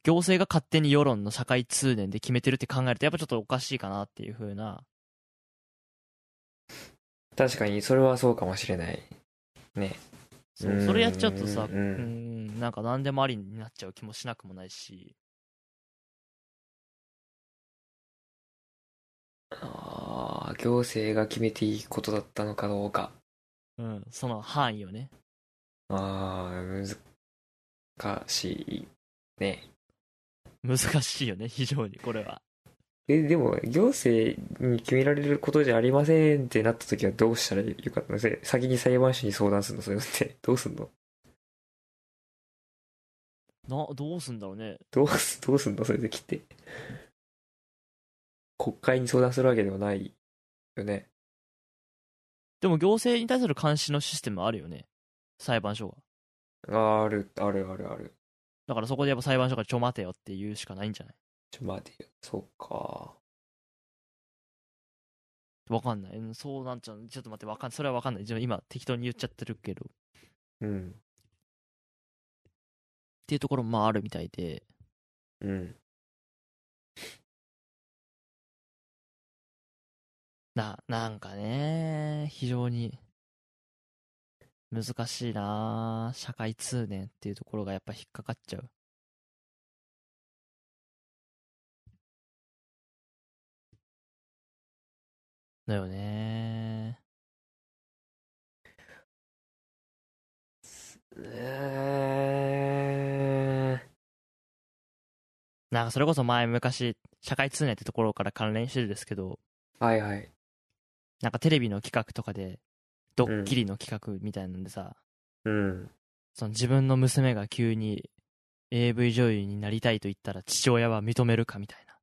S1: 行政が勝手に世論の社会通念で決めてるって考えるとやっぱちょっとおかしいかなっていう風な
S2: 確かにそれはそうかもしれないね
S1: そううんそれやっちゃうとさ
S2: うん
S1: うんなんか何でもありになっちゃう気もしなくもないし
S2: ああ行政が決めていいことだったのかどうか
S1: うんその範囲をね
S2: ああ難しいね
S1: 難しいよね 非常にこれは
S2: えでも行政に決められることじゃありませんってなった時はどうしたらよかったのせ先に裁判所に相談するのそれってどうすんの
S1: などうすんだろうね
S2: どうす どうすんのそれで切って国会に相談するわけではないよね
S1: でも行政に対する監視のシステムあるよね裁判所が
S2: あるあるあるある
S1: だからそこでやっぱ裁判所がちょ待てよって言うしかないんじゃない
S2: ちょ待てよそうか
S1: わかんないうんそうなんちゃうちょっと待ってわかんそれはわかんない自分今適当に言っちゃってるけどっ
S2: うん
S1: ていうところもまああるみたいで
S2: うん
S1: ななんかね非常に難しいな社会通念っていうところがやっぱ引っかかっちゃうだよね
S2: え
S1: なんかそれこそ前昔社会通念ってところから関連してるですけど
S2: ー、はいはい
S1: なんかテレビの企画とかでドッキリの企画みたいなんでさ、
S2: うん
S1: その自分の娘が急に AV 女優になりたいと言ったら父親は認めるかみたいな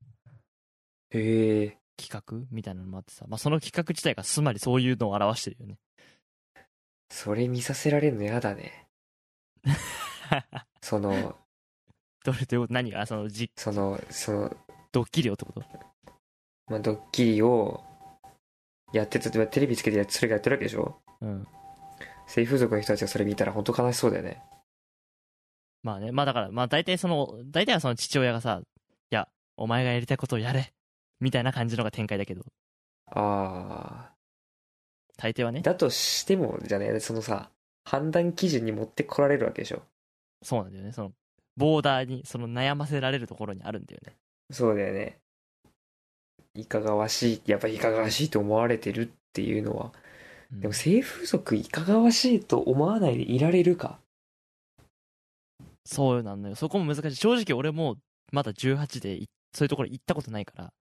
S2: へえ
S1: 企画みたいなのもあってさ、まあ、その企画自体がつまりそういうのを表してるよね
S2: それ見させられるのやだねその
S1: どれどういうこと何がそのじ
S2: そのその
S1: ドッキリをってこと
S2: まあ、ドッキリをやってて、例えばテレビつけてやってそれがやってるわけでしょ
S1: うん
S2: 性風俗の人たちがそれ見たら本当悲しそうだよね。
S1: まあねまあだからまあ大体その大体はその父親がさ「いやお前がやりたいことをやれ」みたいな感じのが展開だけど
S2: あ
S1: 大抵は
S2: あ。
S1: ね
S2: だとしても、じゃね、そのさ、判断基準に持ってこられるわけでしょ
S1: そうなんだよねそのボーダーにその悩ませられるところにあるんだよね
S2: そうだよね。いかがわしい、やっぱりいかがわしいと思われてるっていうのは、
S1: うん
S2: でも性風俗いかがわしいと思わないでいられるか。
S1: そうなんだよ。そこも難しい。正直俺もまだ18でいそういうところ行ったことないから、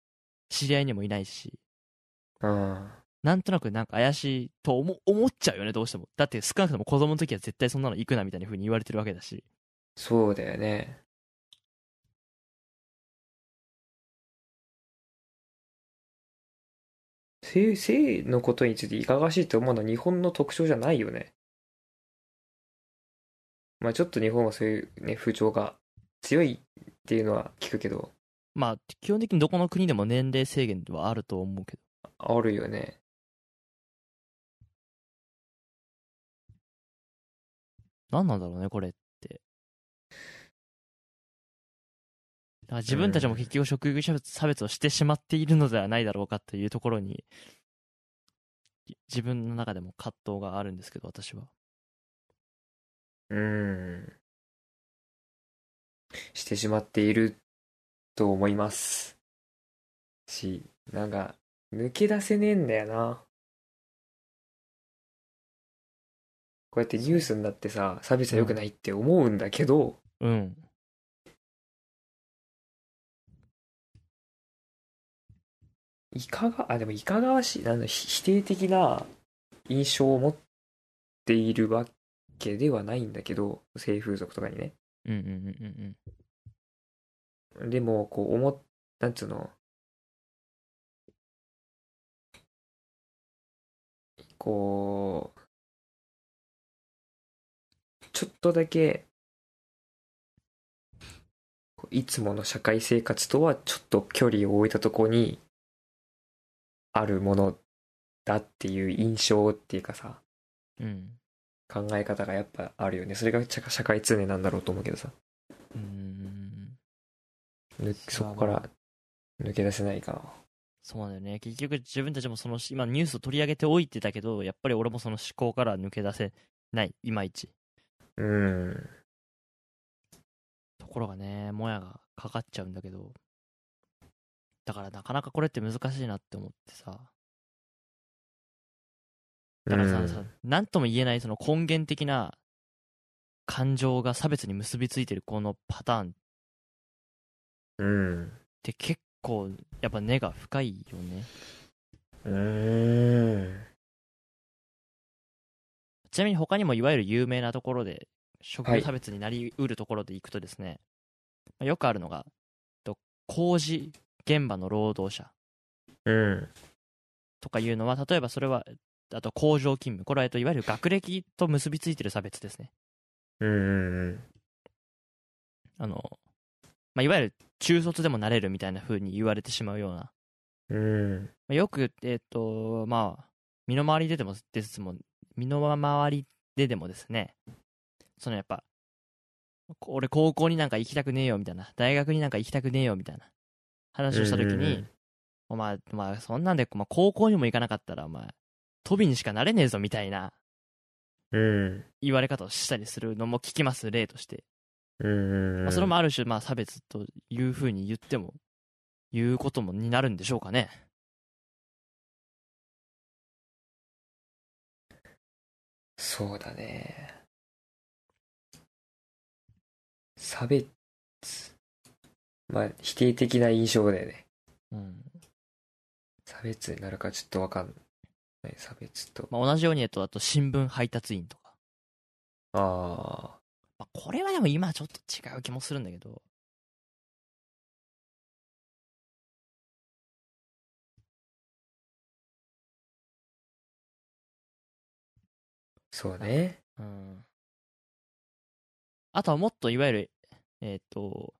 S1: 知り合いにもいないし、
S2: うん。
S1: なんとなくなんか怪しいと思思っちゃうよね、どうしても。だって少なくとも子供の時は絶対そんなの行くなみたいな風に言われてるわけだし。
S2: そうだよね。性、性のことについていかがわしいと思うのは日本の特徴じゃないよね。まあちょっと日本はそういうね、風潮が強いっていうのは聞くけど、
S1: まあ、基本的にどこの国でも年齢制限はあると思うけど。
S2: あるよね。
S1: 何なんだろうね、これって。だから自分たちも結局職業差別をしてしまっているのではないだろうかというところに、自分の中でも葛藤があるんですけど、私は。
S2: うん。してしまっていると思います。し、なんか、抜け出せねえんだよな。こうやってニュースになってさ、差別は良くないって思うんだけど、
S1: うん。
S2: いかが、あ、でもいかがわしい、なんだ、ひ否定的な印象を持っているわけではないんだけど、性風俗とかにね。
S1: うんうんうんうん
S2: でも、こう、思っ、なんつうの、こう、ちょっとだけ、こういつもの社会生活とはちょっと距離を置いたとこにあるものだっていう印象っていうかさ、
S1: うん。うん。
S2: 考え方がやっぱあるよね。それが社社会通念なんだろうと思うけどさ。
S1: うーん。
S2: 抜そこから抜け出せないかな。
S1: そうなんだよね。結局自分たちもその今ニュースを取り上げておいてたけど、やっぱり俺もその思考から抜け出せない、いまいち。
S2: うん。
S1: ところがね、もやがかかっちゃうんだけど。だからなかなかこれって難しいなって思ってさ。だからさ、さなんとも言えないその根源的な感情が差別に結びついてるこのパターンっ
S2: うん。
S1: て結構やっぱ根が深いよね。
S2: うん。
S1: ちなみに他にもいわゆる有名なところで職
S2: は
S1: 業
S2: い
S1: 差別になりうるところでいくとですね、まあよくあるのがと工事現場の労働者
S2: うん。
S1: とかいうのは例えばそれはあと工場勤務これはえっといわゆる学歴と結びついてる差別ですね
S2: うん。うん。
S1: あの、まあ、いわゆる中卒でもなれるみたいな風に言われてしまうような、ま
S2: うん。
S1: あよくえっ、とまあ身の回りででもですも身の回りででもですねそのやっぱこ俺高校になんか行きたくねえよみたいな大学になんか行きたくねえよみたいな話をした時に、
S2: うんうんうん
S1: お前、お前そんなんで、まあ、高校にも行かなかったらお前飛びにしかなれねえぞみたいな
S2: うん。
S1: 言われ方をしたりするのも聞きます例として
S2: うん。
S1: まあ、それもある種、まあ、差別というふうに言っても、言うこともになるんでしょうかね。
S2: そうだね。差別。まあ、否定的な印象だよね。
S1: うん
S2: 差別になるかちょっとわかんない。差別と。
S1: まあ、同じように、えっと、あと新聞配達員とか。
S2: ああ。
S1: まあ、これはでも今はちょっと違う気もするんだけど。
S2: そうね。
S1: うん、あとはもっといわゆる、えっと、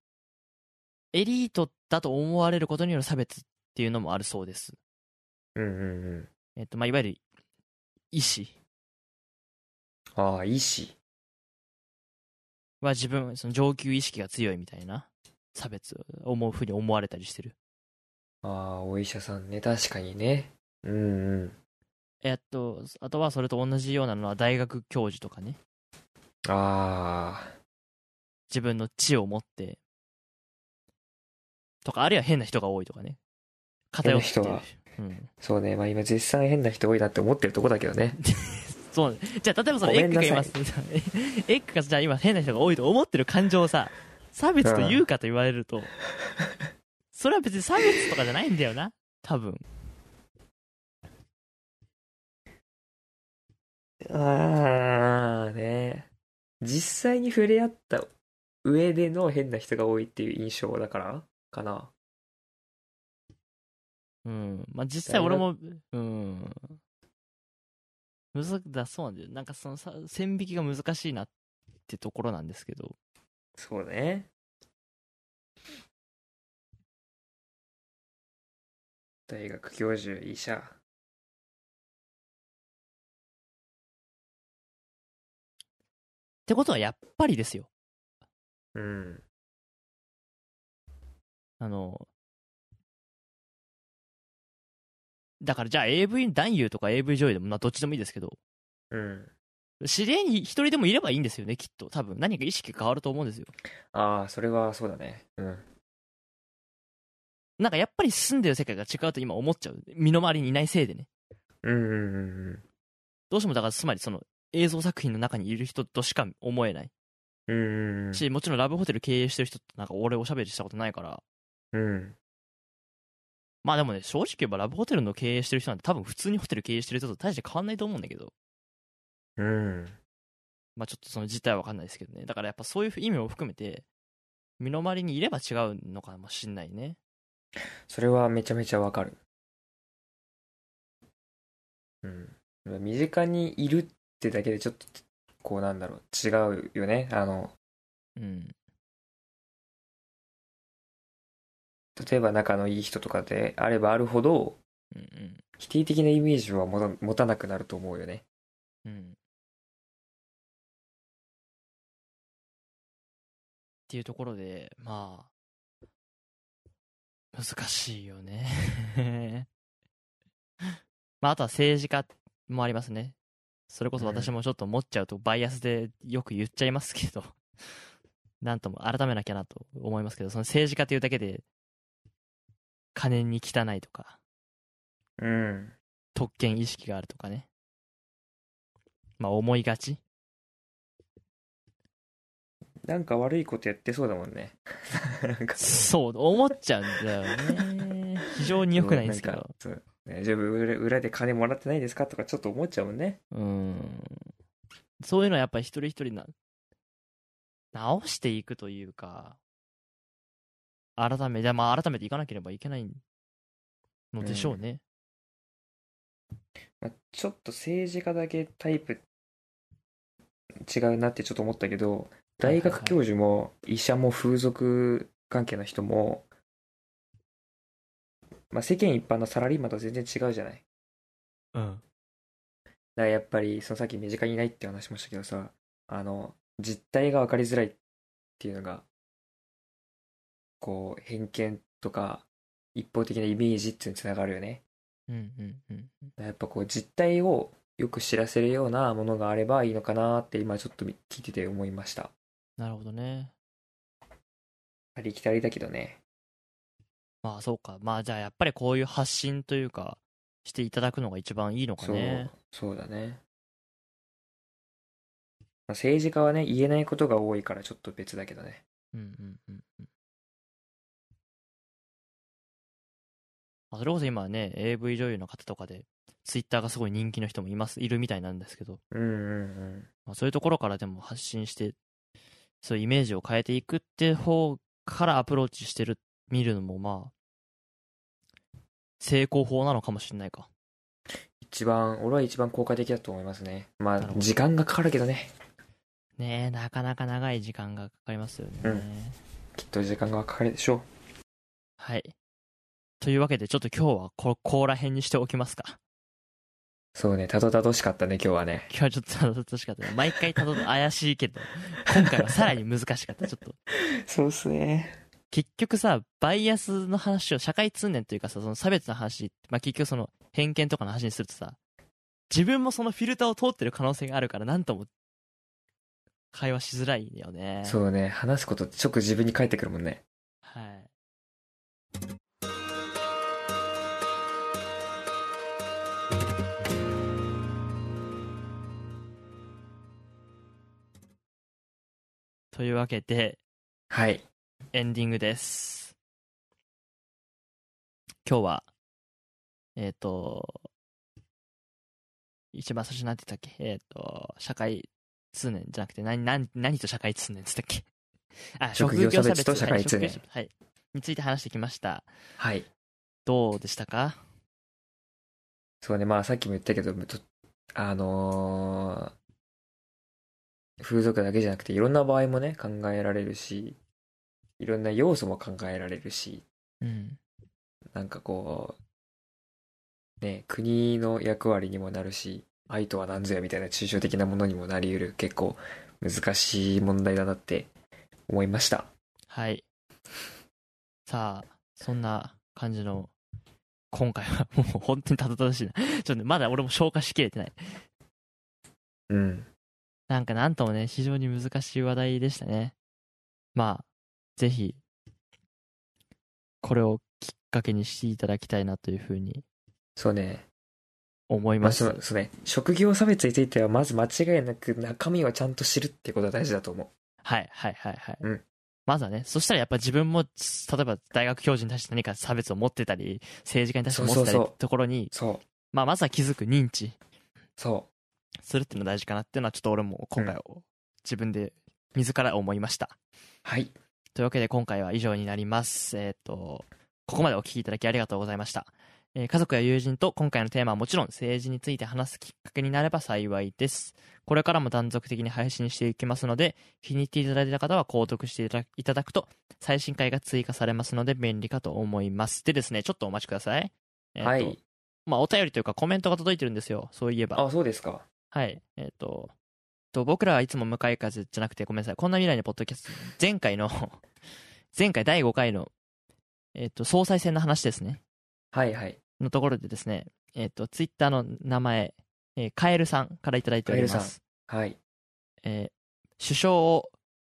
S1: エリートだと思われることによる差別っていうのもあるそうです。
S2: うんうんうん。
S1: えっと、まあ、いわゆる、医師
S2: ああ、医師。
S1: は自分、その上級意識が強いみたいな差別を思うふうに思われたりしてる。
S2: ああ、お医者さんね。確かにね。うんうん。
S1: えっと、あとはそれと同じようなのは大学教授とかね、
S2: ああ。
S1: 自分の知を持って、とか、あるいは変な人が多いとかね。偏って
S2: 変
S1: る
S2: な。
S1: うん、
S2: そうね。まあ今絶賛変な人多いなって思ってるとこだけどね。
S1: そうねじゃあ、例えばその
S2: ご
S1: エッ
S2: めん
S1: グ
S2: な
S1: が
S2: さい
S1: 今、 エッグがじゃあ今変な人が多いと思ってる感情をさ、差別と言うかと言われる と、それは別に差別とかじゃないんだよな、多分。
S2: ああ、ね。実際に触れ合った上での変な人が多いっていう印象だからかな。
S1: うん。まあ、実際俺も、うん。むずだ、そうなんだよ。なんかそのさ、線引きが難しいなってところなんですけど。
S2: そうね。大学教授、医者。
S1: ってことはやっぱりですよ。
S2: うん。
S1: あの、だからじゃあ AV 男優とか AV 女優でも、まあどっちでもいいですけど、
S2: うん。
S1: 知り合いに一人でもいればいいんですよね、きっと。多分。何か意識が変わると思うんですよ。
S2: ああ、それはそうだね。うん。
S1: なんかやっぱり住んでる世界が違うと今思っちゃう。身の回りにいないせいでね。
S2: うんうんうん
S1: どうしてもだからつまりその映像作品の中にいる人としか思えない。
S2: うん。うんうん
S1: し、もちろんラブホテル経営してる人となんか俺おしゃべりしたことないから。
S2: うん。うん。
S1: まあでもね、正直言えばラブホテルの経営してる人なんて多分普通にホテル経営してる人と大して変わんないと思うんだけど。
S2: うん。
S1: まあちょっとその実態はわかんないですけどね。だからやっぱそういう意味も含めて、身の回りにいれば違うのかもしんないね。
S2: それはめちゃめちゃわかる。うん。身近にいるってだけでちょっと、こうなんだろう、違うよね。あの、
S1: うん。
S2: 例えば仲のいい人とかであればあるほど、
S1: うんうん。
S2: 否定的なイメージは持た持たなくなると思うよね。
S1: うん。っていうところで、まあ、難しいよね。 まあ、あとは政治家もありますね。それこそ私もちょっと持っちゃうとバイアスでよく言っちゃいますけど、 なんとも改めなきゃなと思いますけど、その政治家というだけで、金に汚いとか、
S2: うん。
S1: 特権意識があるとかね。まあ、思いがち
S2: なんか悪いことやってそうだもんね。 なんか
S1: そう、思っちゃうんだよね。非常に良くないんですけ
S2: うん
S1: ど
S2: か。そうね、自分裏裏で金もらってないですかとかちょっと思っちゃうもんね。
S1: うん。そういうのはやっぱ一人一人な、直していくというか、改めて、まあ改めていかなければいけないのでしょうね。
S2: まあ、ちょっと政治家だけタイプ違うなってちょっと思ったけど、
S1: は
S2: 大
S1: いはいはい
S2: 学教授も医者も風俗関係の人も、まあ、世間一般のサラリーマンとは全然違うじゃない。
S1: うん。
S2: だからやっぱりそのさっき身近にいないって話しましたけどさあの実態が分かりづらいっていうのがこう偏見とか一方的なイメージっていうのにつながるよね
S1: うんうんうん。
S2: だからやっぱこう実態をよく知らせるようなものがあればいいのかなって今ちょっと聞いてて思いました
S1: なるほどね。
S2: ありきたりだけどね
S1: まあそうか。まあじゃあやっぱりこういう発信というか、していただくのが一番いいのか
S2: そう
S1: ね。
S2: そうだねまあ政治家はね言えないことが多いからちょっと別だけどね
S1: うんうんうんうん。あそれこそ今ね、AV 女優の方とかで、ツイッターがすごい人気の人もいます、いるみたいなんですけど、
S2: うんうんうん
S1: まあ、そういうところからでも発信して、そういうイメージを変えていくって方からアプローチしてる、見るのもまあ、成功法なのかもしれないか。
S2: 一番、俺は一番効果的だと思いますね。ま
S1: なる
S2: あ
S1: ほ、ど
S2: 時間がかかるけどね。
S1: ねえ、なかなか長い時間がかかりますよね。
S2: うんきっと時間がかかるでしょ
S1: はい。というわけで、ちょっと今日はこ、ここら辺にしておきますか。
S2: う。そうね、たどたどしかったね、今日はね。
S1: 今日はちょっとたどたどしかったね。毎回たどたど怪しいけど、今回はさらに難しかった。ちょっと。
S2: そうっすね。
S1: 結局さ、バイアスの話を社会通念というかさ、その差別の話、まあ、結局その偏見とかの話にするとさ、自分もそのフィルターを通ってる可能性があるから、なんとも、会話しづらいよね。う。
S2: そうね、話すことって直自分に返ってくるもんね。
S1: はい。というわけで、
S2: はい。
S1: エンディングです。今日は、えっ、と、一番最初なんて言ったっけえっ、と、社会通念じゃなくて、何、何、何と社会通念って言ったっけあ、
S2: 職業差別と社会通
S1: はい職業
S2: 念
S1: 差別はい。について話してきました。
S2: はい。
S1: どうでしたか
S2: そうね、まあさっきも言ったけど、とあのー風俗だけじゃなくていろんな場合もね、考えられるし、いろんな要素も考えられるし、
S1: うん。
S2: なんかこう、ね、国の役割にもなるし、愛とは何ぞやみたいな抽象的なものにもなり得る結構難しい問題だなって思いました。
S1: はい。さあ、そんな感じの、今回はもう本当にたどたどしいな。ちょっとね、まだ俺も消化しきれてない。
S2: うん。
S1: なんかなんともね、非常に難しい話題でしたね。まあ、ぜひ、これをきっかけにしていただきたいなというふうに
S2: そうね。
S1: 思い
S2: まあ、
S1: ます。
S2: そうそうね。職業差別についてはまず間違いなく中身をちゃんと知るってことは大事だと思
S1: はい、はい、はい、はい。
S2: うん
S1: まずはね、そしたらやっぱ自分も、例えば大学教授に対して何か差別を持ってたり、政治家に対して持ってたり
S2: そうそうそう
S1: ところに
S2: う。、そう。
S1: まあまずは気づく認知
S2: そ
S1: するっていうのが大事かなっていうのはちょっと俺も今回を、自分で自ら思いました。
S2: う。はい。
S1: というわけで今回は以上になります。えっ、と、ここまでお聞きいただきありがとうございました。えー家族や友人と今回のテーマはもちろん政治について話すきっかけになれば幸いです。これからも断続的に配信していきますので、気に入っていただいた方は購読していただいただくと、最新回が追加されますので便利かと思います。でですね、ちょっとお待ちください。えーと
S2: はい。
S1: まあ、お便りというかコメントが届いてるんですよ。そういえば。
S2: あ、そうですか。
S1: はい。えっ、と、と、僕らはいつも向かい風じゃ なくて、ごめんなさい。こんな未来のポッドキャスト、前回の、前回第5回の、えっと、総裁選の話ですね。
S2: はいはい。
S1: のところでですね、えっと、ツイッターの名前、えーカエルさんからいただいており
S2: カ
S1: ま
S2: エル
S1: す。
S2: はい。
S1: えー首相を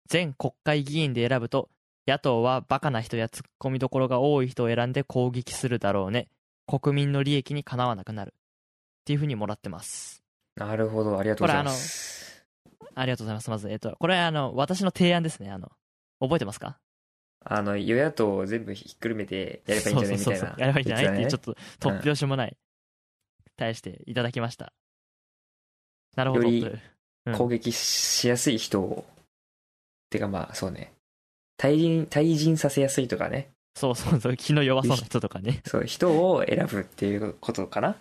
S1: 全国会議員で選ぶと、野党はバカな人や突っ込みどころが多い人を選んで攻撃するだろうね。国民の利益にかなわなくなる。っていうふうにもらってます。
S2: なるほど。ありがとうございます。
S1: ありがとうございます。まず、えっと、これはあの、私の提案ですね。あの、覚えてますか
S2: あの、与野党を全部ひっくるめてやればいいんじゃないみ
S1: そ
S2: た
S1: う
S2: い
S1: そうそ
S2: な
S1: う。そうやればいいんじゃないっていう、ちょっ
S2: っ
S1: と突拍子もない、対していただきました。なるほど
S2: より
S1: といううん
S2: 攻撃しやすい人を。てかまあ、そうね。対人、対人させやすいとかね。
S1: そうそうそう、気の弱そうな人とかね。
S2: そう、人を選ぶっていうことかな。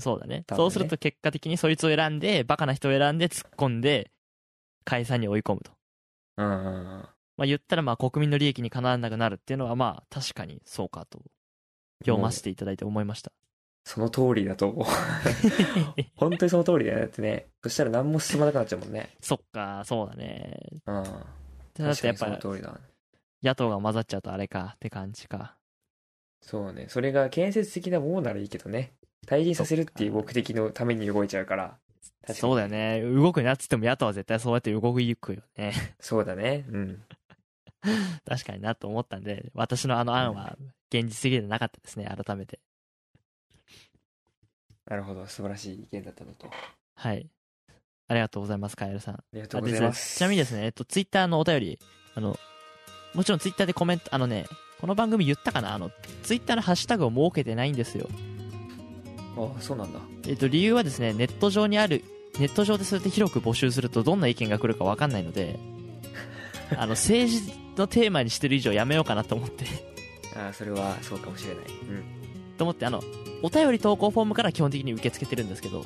S1: そうだね。
S2: 多分ね
S1: そうすると結果的にそいつを選んで、バカな人を選んで突っ込んで、解散に追い込むと。
S2: うんうんうん。
S1: まあ言ったらまあ国民の利益にかなわなくなるっていうのはまあ確かにそうかと、読ませていただいて思いま した。
S2: その通りだと 思う。本当にその通りだよね。だってね。そしたら何も進まなくなっちゃうもんね。
S1: そっか、そうだね。
S2: うん。
S1: だってやっ
S2: 確かに
S1: ぱ
S2: その通りだ。
S1: 野党が混ざっちゃうとあれかって感じか。
S2: そうね。それが建設的なものならいいけどね。退陣させるっていう目的のために動いちゃうから。確かに
S1: そうだよね。動くなっつっても野党は絶対そうやって動くいくよね。
S2: そうだね。うん。
S1: 確かになと思ったんで、私のあの案は現実的でなかったですね、改めて。
S2: なるほど。素晴らしい意見だったのと。あ
S1: はい。ありがとうございます、カエルさん。
S2: りがと
S1: あ
S2: うご
S1: で
S2: ざい
S1: すね
S2: ます。
S1: ちなみにですね、えっと、ツイッターのお便り、あの、もちろんツイッターでコメント、あのね、この番組言ったかなあの、ツイッターのハッシュタグを設けてないんですよ。
S2: あ、そうなんだ。
S1: えっと、理由はですね、ネット上にある、ネット上でそうやって広く募集するとどんな意見が来るかわかんないので、あの、政治のテーマにしてる以上やめようかなと思って、
S2: あーそれはそうかもしれない。うん。
S1: と思って、あの、お便り投稿フォームから基本的に受け付けてるんですけど、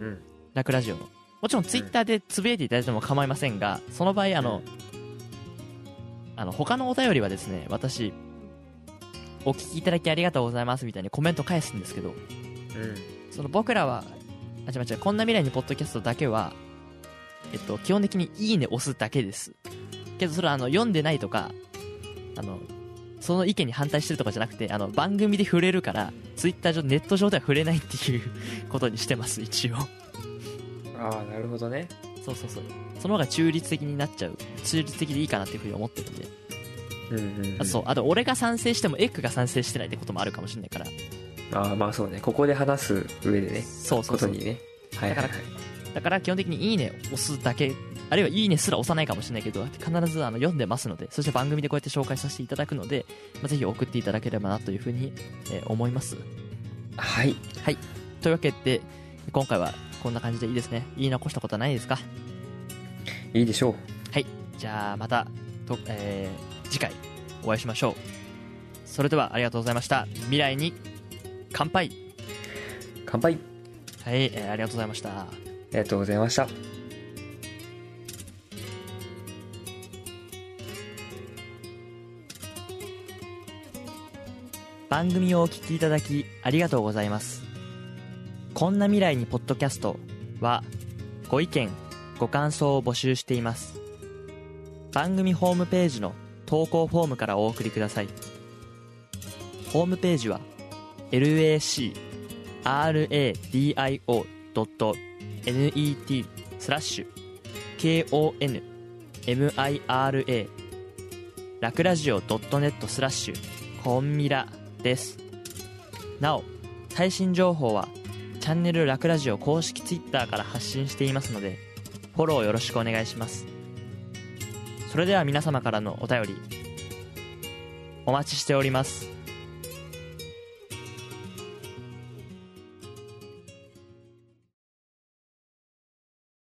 S2: うん。
S1: ラクラジオの。もちろんツイッターでつぶやいていただいても構いませんが、その場合、あの、あの、他のお便りはですね、私、お聞きいただきありがとうございますみたいにコメント返すんですけど、
S2: うん。
S1: その僕らは、あ、違う違う、こんな未来にポッドキャストだけは、えっと、基本的にいいね押すだけです。けど、それはあの、読んでないとか、あの、その意見に反対してるとかじゃなくて、あの、番組で触れるから、ツイッター上、ネット上では触れないっていう ことにしてます、一応。
S2: ああ、なるほどね。
S1: そうそうそうその方が中立的になっちゃう中立的でいいかなっていうふうに思ってるんで
S2: うんうん、うん。
S1: あとそう。あと俺が賛成してもエッグが賛成してないってこともあるかもしれないから
S2: ああ、まあそうね。ここで話す上でね。
S1: そうそ
S2: こ
S1: うそ
S2: と
S1: う
S2: にね。はいはいはい。
S1: だから基本的に「いいね」押すだけあるいは「いいね」すら押さないかもしれないけど必ずあの読んでますのでそして番組でこうやって紹介させていただくので、まあ、ぜひ送っていただければなというふうに、えー思います
S2: はい。
S1: というわけで今回はこんな感じでいいですね言い残したことはないですか
S2: いいでしょう。
S1: じゃあまたと、えー次回お会いしましょうそれではありがとうございました未来に乾杯
S2: 乾杯。
S1: はい、えーありがとうございました
S2: ありがとうございました。
S1: 番組をお聞きいただきありがとうございますこんな未来にポッドキャストはご意見ご感想を募集しています番組ホームページの投稿フォームからお送りくださいホームページは lacradio.net スラッシュ konmira ラクラジオ .net スラッシュコンミラですなお最新情報はチャンネルラクラジオ公式 Twitter から発信していますのでフォローよろしくお願いしますそれでは皆様からのお便りお待ちしております